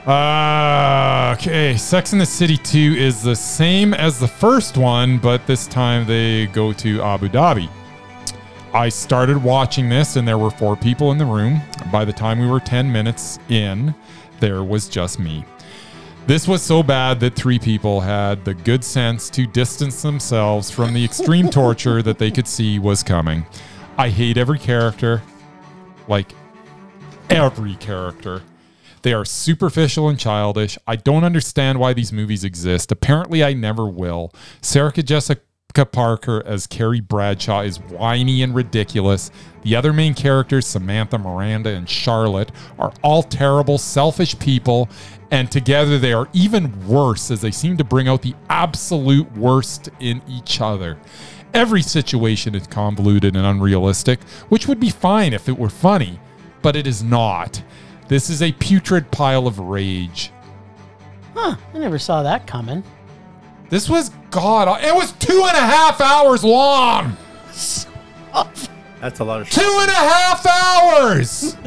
[SPEAKER 1] Uh, okay, Sex in the City 2 is the same as the first one, but this time they go to Abu Dhabi. I started watching this, and there were four people in the room. By the time we were 10 minutes in, there was just me. This was so bad that three people had the good sense to distance themselves from the extreme torture that they could see was coming. I hate every character, like every character. They are superficial and childish. I don't understand why these movies exist. Apparently, I never will. Sarah Jessica Parker as Carrie Bradshaw is whiny and ridiculous. The other main characters, Samantha, Miranda, and Charlotte, are all terrible, selfish people. And together, they are even worse as they seem to bring out the absolute worst in each other. Every situation is convoluted and unrealistic, which would be fine if it were funny, but it is not. This is a putrid pile of rage.
[SPEAKER 2] Huh. I never saw that coming.
[SPEAKER 1] This was god. It was two and a half hours long.
[SPEAKER 3] That's a lot of
[SPEAKER 1] Two
[SPEAKER 3] shit.
[SPEAKER 1] and a half hours.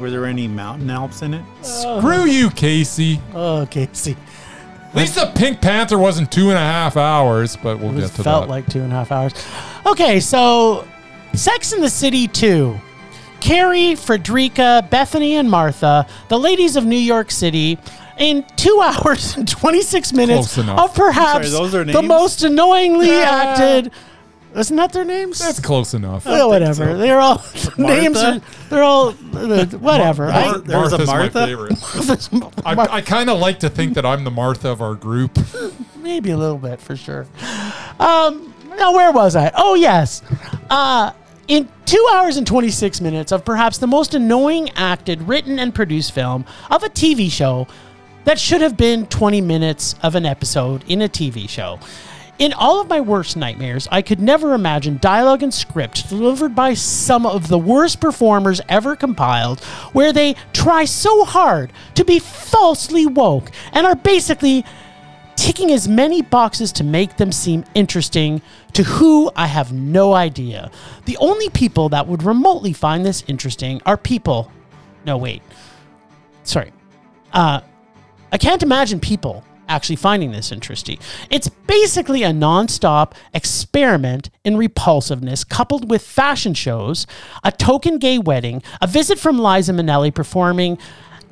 [SPEAKER 3] Were there any mountain alps in it?
[SPEAKER 1] Screw you, Casey.
[SPEAKER 2] Oh, Casey.
[SPEAKER 1] At least the Pink Panther wasn't two and a half hours, but we'll
[SPEAKER 2] It
[SPEAKER 1] get to
[SPEAKER 2] felt
[SPEAKER 1] that.
[SPEAKER 2] like two and a half hours. Okay, so Sex in the City 2. Carrie, Frederica, Bethany, and Martha, the ladies of New York City, in two hours and 26 minutes
[SPEAKER 1] Close enough.
[SPEAKER 2] of perhaps
[SPEAKER 3] Sorry, those are
[SPEAKER 2] the
[SPEAKER 3] names? Ah.
[SPEAKER 2] most annoyingly
[SPEAKER 1] Yeah.
[SPEAKER 2] acted. Isn't that their names?
[SPEAKER 1] That's close enough.
[SPEAKER 2] well, whatever. They're all names. Are, they're all uh, whatever.
[SPEAKER 3] Mar- there was a
[SPEAKER 1] Martha's my
[SPEAKER 3] Martha?
[SPEAKER 1] favorite.
[SPEAKER 2] I,
[SPEAKER 1] I, I kind of like to think that I'm the Martha of our group.
[SPEAKER 2] maybe a little bit for sure. Um, now where was I? Oh yes, uh, in two hours and twenty six minutes of perhaps the most annoying acted, written, and produced film of a TV show that should have been twenty minutes of an episode in a TV show. In all of my worst nightmares, I could never imagine dialogue and script delivered by some of the worst performers ever compiled, where they try so hard to be falsely woke and are basically ticking as many boxes to make them seem interesting to who I have no idea. The only people that would remotely find this interesting are people. No, wait. Sorry. Uh, I can't imagine people actually finding this interesting. It's basically a nonstop experiment in repulsiveness, coupled with fashion shows, a token gay wedding, a visit from Liza Minnelli performing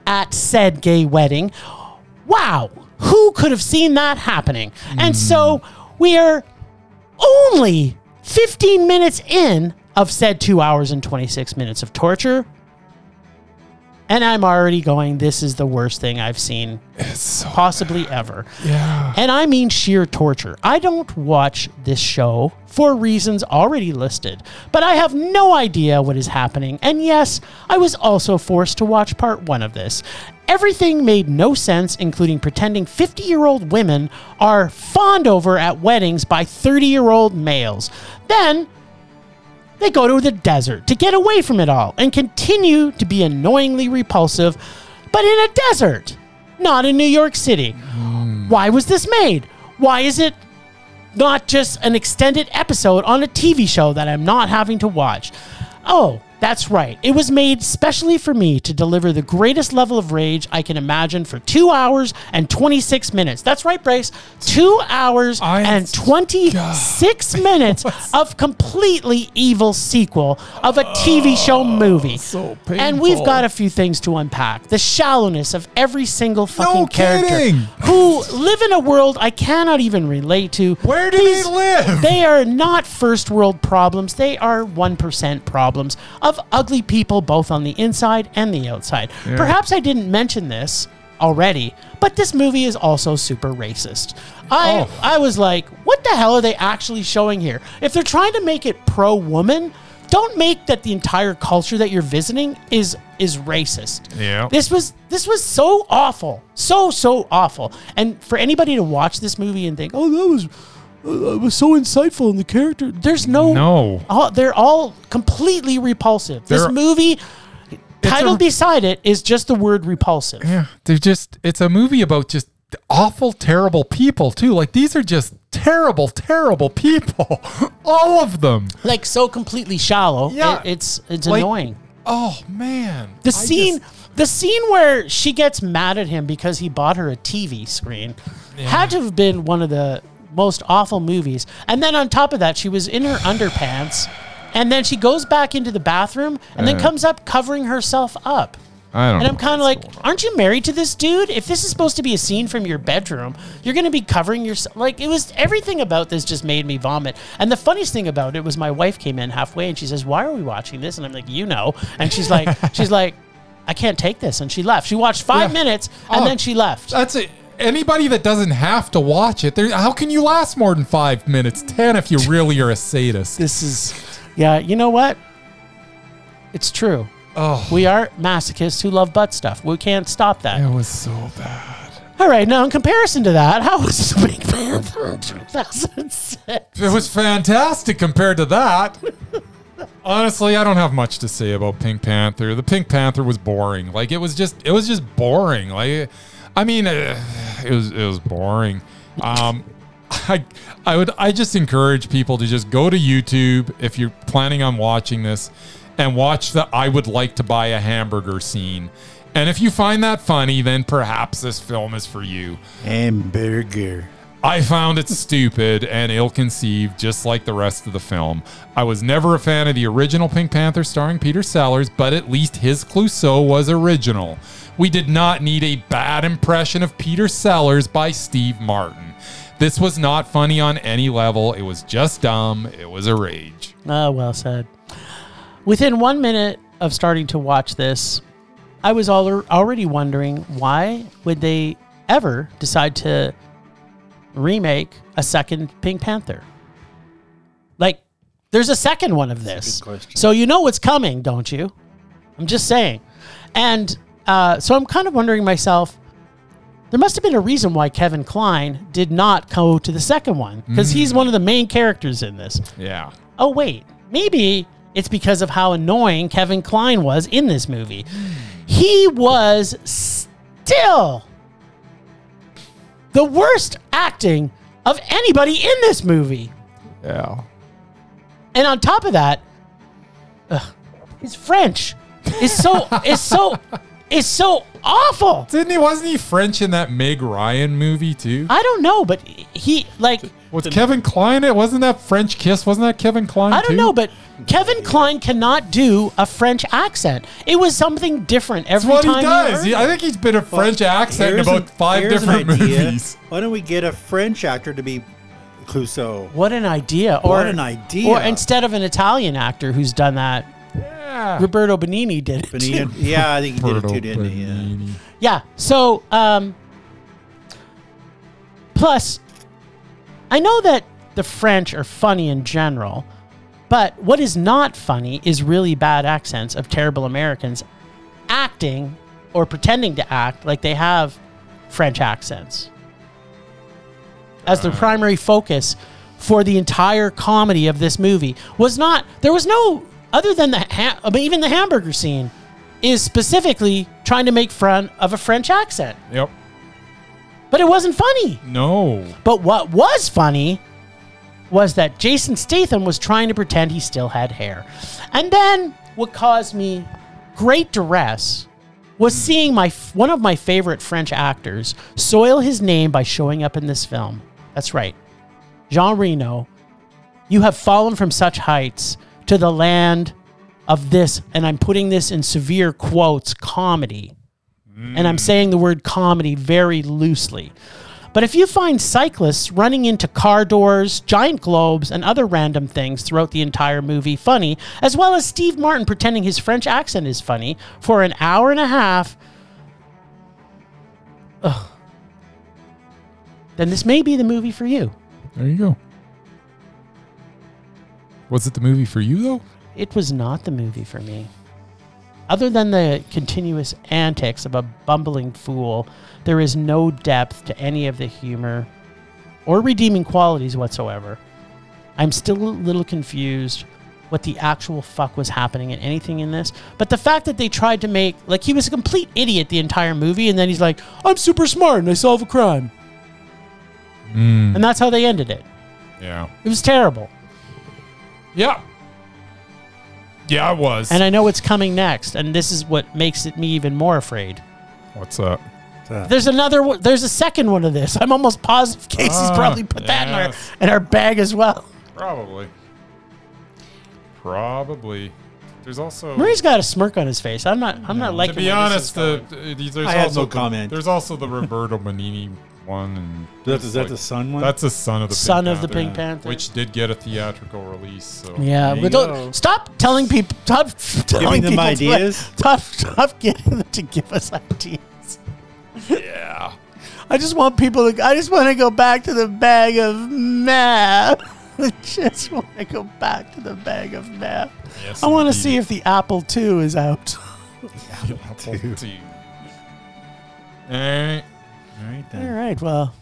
[SPEAKER 2] at said gay wedding, wow, who could have seen that happening? And so we are only 15 minutes in of said two hours and 26 minutes of torture. And I'm already going, this is the worst thing I've seen possibly ever.
[SPEAKER 1] Yeah.
[SPEAKER 2] And I mean sheer torture. I don't watch this show for reasons already listed, but I have no idea what is happening. And yes, I was also forced to watch part one of this. Everything made no sense, including pretending 50 year old women are fawned over at weddings by 30 year old males. Then they go to the desert to get away from it all and continue to be annoyingly repulsive, but in a desert. not in New York City? Why was this made? Why is it not just an extended episode on a TV show that I'm not having to watch? Oh, that's right. It was made specially for me to deliver the greatest level of rage I can imagine for two hours and 26 minutes. That's right, Brace. Two hours
[SPEAKER 1] I-
[SPEAKER 2] and 26 minutes of completely evil sequel of a TV show movie.
[SPEAKER 1] Oh, so
[SPEAKER 2] and we've
[SPEAKER 1] painful.
[SPEAKER 2] got a few things to unpack. The shallowness of every single fucking character
[SPEAKER 1] kidding.
[SPEAKER 2] who live in a world I cannot even relate to.
[SPEAKER 1] Where do
[SPEAKER 2] These-
[SPEAKER 1] they live?
[SPEAKER 2] They are not first world problems. They are 1% problems of ugly people, both on the inside and the outside. Perhaps I didn't mention this already, but this movie is also super racist. I,
[SPEAKER 1] Oh.
[SPEAKER 2] I was like, what the hell are they actually showing here? If they're trying to make it pro woman, don't make that the entire culture that you're visiting is is racist.
[SPEAKER 1] Yeah.
[SPEAKER 2] This was this was so awful, so so awful. And for anybody to watch this movie and think, oh, that was uh, it was so insightful in the character. There's no
[SPEAKER 1] No.
[SPEAKER 2] All, they're all completely repulsive.
[SPEAKER 1] They're-
[SPEAKER 2] this movie title
[SPEAKER 1] a-
[SPEAKER 2] beside it is just the word repulsive.
[SPEAKER 1] Yeah, they're just. It's a movie about just awful, terrible people too. Like these are just terrible, terrible people, all of them.
[SPEAKER 2] Like so completely shallow.
[SPEAKER 1] Yeah.
[SPEAKER 2] It- it's it's
[SPEAKER 1] Like-
[SPEAKER 2] annoying.
[SPEAKER 1] Oh man,
[SPEAKER 2] The scene, the scene where she gets mad at him because he bought her a TV screen, had to have been one of the most awful movies. And then on top of that, she was in her underpants, and then she goes back into the bathroom and then
[SPEAKER 1] Yeah.
[SPEAKER 2] comes up covering herself up.
[SPEAKER 1] I don't.
[SPEAKER 2] And I'm kind of like, aren't you married to this dude? If this is supposed to be a scene from your bedroom, you're going to be covering yourself. Like, it was everything about this just made me vomit. And the funniest thing about it was my wife came in halfway and she says, Why are we watching this? And I'm like, You know. And she's like, She's like, I can't take this. And she left. She watched five
[SPEAKER 1] Yeah.
[SPEAKER 2] minutes and
[SPEAKER 1] Oh.
[SPEAKER 2] then she left.
[SPEAKER 1] That's it. Anybody that doesn't have to watch it, there. How can you last more than five minutes? Ten, if you really are a sadist.
[SPEAKER 2] This is, yeah, you know what? It's true.
[SPEAKER 1] Oh.
[SPEAKER 2] We are masochists who love butt stuff. We can't stop that.
[SPEAKER 1] It was so bad.
[SPEAKER 2] All right, now in comparison to that, how was Big Panther 2006?
[SPEAKER 1] It was fantastic compared to that. Honestly, I don't have much to say about Pink Panther. The Pink Panther was boring. Like it was just, it was just boring. Like, I mean, uh, it was, it was boring. Um, I, I would, I just encourage people to just go to YouTube if you're planning on watching this, and watch the "I would like to buy a hamburger" scene. And if you find that funny, then perhaps this film is for you.
[SPEAKER 3] Hamburger.
[SPEAKER 1] I found it stupid and ill conceived, just like the rest of the film. I was never a fan of the original Pink Panther starring Peter Sellers, but at least his Clouseau was original. We did not need a bad impression of Peter Sellers by Steve Martin. This was not funny on any level. It was just dumb. It was a rage.
[SPEAKER 2] Ah, well said. Within one minute of starting to watch this, I was al- already wondering why would they ever decide to remake a second Pink Panther? Like, there's a second one of this.
[SPEAKER 3] good question.
[SPEAKER 2] So you know what's coming, don't you? I'm just saying. And uh, so I'm kind of wondering myself, there must have been a reason why Kevin Klein did not go to the second one because
[SPEAKER 3] Mm.
[SPEAKER 2] he's one of the main characters in this
[SPEAKER 1] Yeah.
[SPEAKER 2] oh wait, maybe it's because of how annoying Kevin Klein was in this movie. He was still the worst acting of anybody in this movie.
[SPEAKER 1] Yeah.
[SPEAKER 2] And on top of that, ugh, his French is so is so is so awful.
[SPEAKER 1] Didn't he? Wasn't he French in that Meg Ryan movie too?
[SPEAKER 2] I don't know, but he like
[SPEAKER 1] Was Kevin Klein? It wasn't that French Kiss. Wasn't that Kevin Klein?
[SPEAKER 2] I don't
[SPEAKER 1] too?
[SPEAKER 2] know, but Kevin Klein cannot do a French accent. It was something different every
[SPEAKER 1] That's what
[SPEAKER 2] time.
[SPEAKER 1] he does.
[SPEAKER 2] He
[SPEAKER 1] He-
[SPEAKER 2] heard
[SPEAKER 1] I think he's been a French accent in
[SPEAKER 3] Here's
[SPEAKER 1] about
[SPEAKER 3] an-
[SPEAKER 1] five
[SPEAKER 3] here's an
[SPEAKER 1] different
[SPEAKER 3] idea.
[SPEAKER 1] movies.
[SPEAKER 3] Why don't we get a French actor to be Clouseau?
[SPEAKER 2] What an idea! Or
[SPEAKER 3] What an idea.
[SPEAKER 2] Or instead of an Italian actor who's done that,
[SPEAKER 1] Yeah.
[SPEAKER 2] Roberto Benini did it. too.
[SPEAKER 3] Benigni- yeah, I think he did it too, didn't he? Yeah.
[SPEAKER 2] Yeah. So, um, plus, I know that the French are funny in general, but what is not funny is really bad accents of terrible Americans acting or pretending to act like they have French accents as their primary focus for the entire comedy of this movie was not there was no other than the ha- I mean, even the hamburger scene is specifically trying to make fun of a French accent.
[SPEAKER 1] Yep.
[SPEAKER 2] But it wasn't funny.
[SPEAKER 1] No.
[SPEAKER 2] But what was funny was that Jason Statham was trying to pretend he still had hair. And then what caused me great duress was seeing my one of my favorite French actors soil his name by showing up in this film. That's right. Jean Reno, you have fallen from such heights to the land of this, and I'm putting this in severe quotes, comedy. And I'm saying the word comedy very loosely. But if you find cyclists running into car doors, giant globes, and other random things throughout the entire movie funny, as well as Steve Martin pretending his French accent is funny for an hour and a half, ugh, then this may be the movie for you.
[SPEAKER 1] There you go. Was it the movie for you though?
[SPEAKER 2] It was not the movie for me. Other than the continuous antics of a bumbling fool, there is no depth to any of the humor or redeeming qualities whatsoever. I'm still a little confused what the actual fuck was happening in anything in this, but the fact that they tried to make like he was a complete idiot the entire movie and then he's like, "I'm super smart and I solve a crime." And that's how they ended it.
[SPEAKER 1] Yeah.
[SPEAKER 2] It was terrible.
[SPEAKER 1] Yeah. Yeah, it was.
[SPEAKER 2] And I know what's coming next, and this is what makes it me even more afraid.
[SPEAKER 1] What's up?
[SPEAKER 2] There's another. one- There's a second one of this. I'm almost positive Casey's
[SPEAKER 1] Ah,
[SPEAKER 2] probably put that
[SPEAKER 1] yes.
[SPEAKER 2] in our in our bag as well.
[SPEAKER 1] Probably. Probably. There's also
[SPEAKER 2] Marie's got a smirk on his face. I'm not. I'm not
[SPEAKER 1] to
[SPEAKER 2] liking.
[SPEAKER 1] be
[SPEAKER 2] where this
[SPEAKER 1] honest,
[SPEAKER 2] is
[SPEAKER 1] the
[SPEAKER 2] going.
[SPEAKER 1] uh, these- there's
[SPEAKER 3] I had
[SPEAKER 1] also
[SPEAKER 3] no
[SPEAKER 1] the-
[SPEAKER 3] comment.
[SPEAKER 1] There's also the Roberto Manini one, and
[SPEAKER 3] That's, is that
[SPEAKER 1] like-
[SPEAKER 3] the sun one?
[SPEAKER 1] that's a son of the
[SPEAKER 2] son
[SPEAKER 1] Pink
[SPEAKER 2] of the
[SPEAKER 1] Panther,
[SPEAKER 2] Pink Panther.
[SPEAKER 1] which did get a theatrical release. So
[SPEAKER 2] yeah, but
[SPEAKER 3] There you
[SPEAKER 2] don't
[SPEAKER 3] go.
[SPEAKER 2] stop telling people. Stop telling
[SPEAKER 3] them
[SPEAKER 2] people to-
[SPEAKER 3] ideas?
[SPEAKER 2] Stop, stop getting them to give us ideas.
[SPEAKER 1] yeah,
[SPEAKER 2] I just want people to. I just want to go back to the bag of math. I just want to go back to the bag of math.
[SPEAKER 1] Yes,
[SPEAKER 2] I want to
[SPEAKER 1] indeed.
[SPEAKER 2] see if the Apple II is out.
[SPEAKER 1] Apple II. All right.
[SPEAKER 3] All right,
[SPEAKER 2] All
[SPEAKER 3] then.
[SPEAKER 2] right. Well,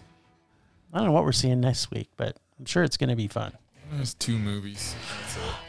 [SPEAKER 2] I don't know what we're seeing next week, but I'm sure it's going to be fun.
[SPEAKER 1] There's two movies.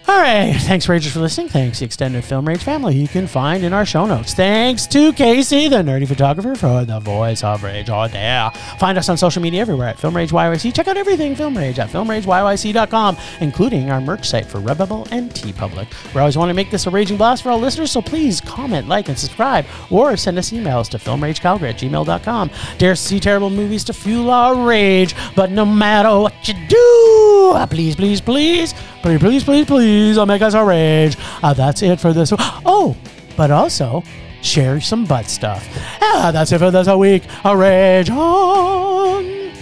[SPEAKER 2] All right. Thanks, Ragers, for listening. Thanks, the extended Film Rage family, who you can find in our show notes. Thanks to Casey, the nerdy photographer, for the voice of Rage all day. Find us on social media everywhere at Film Rage YYC. Check out everything Film Rage at FilmRageYYC.com, including our merch site for Redbubble and TeePublic. We always want to make this a raging blast for all listeners, so please comment, like, and subscribe, or send us emails to FilmRageCalgary at gmail.com. Dare see terrible movies to fuel our rage, but no matter what you do, uh, please, please, please, please, please, please, please, uh, make us our rage. Uh, that's it for this. Oh, but also share some butt stuff. Ah, that's it for this week. A rage on.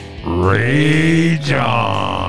[SPEAKER 1] Rage on.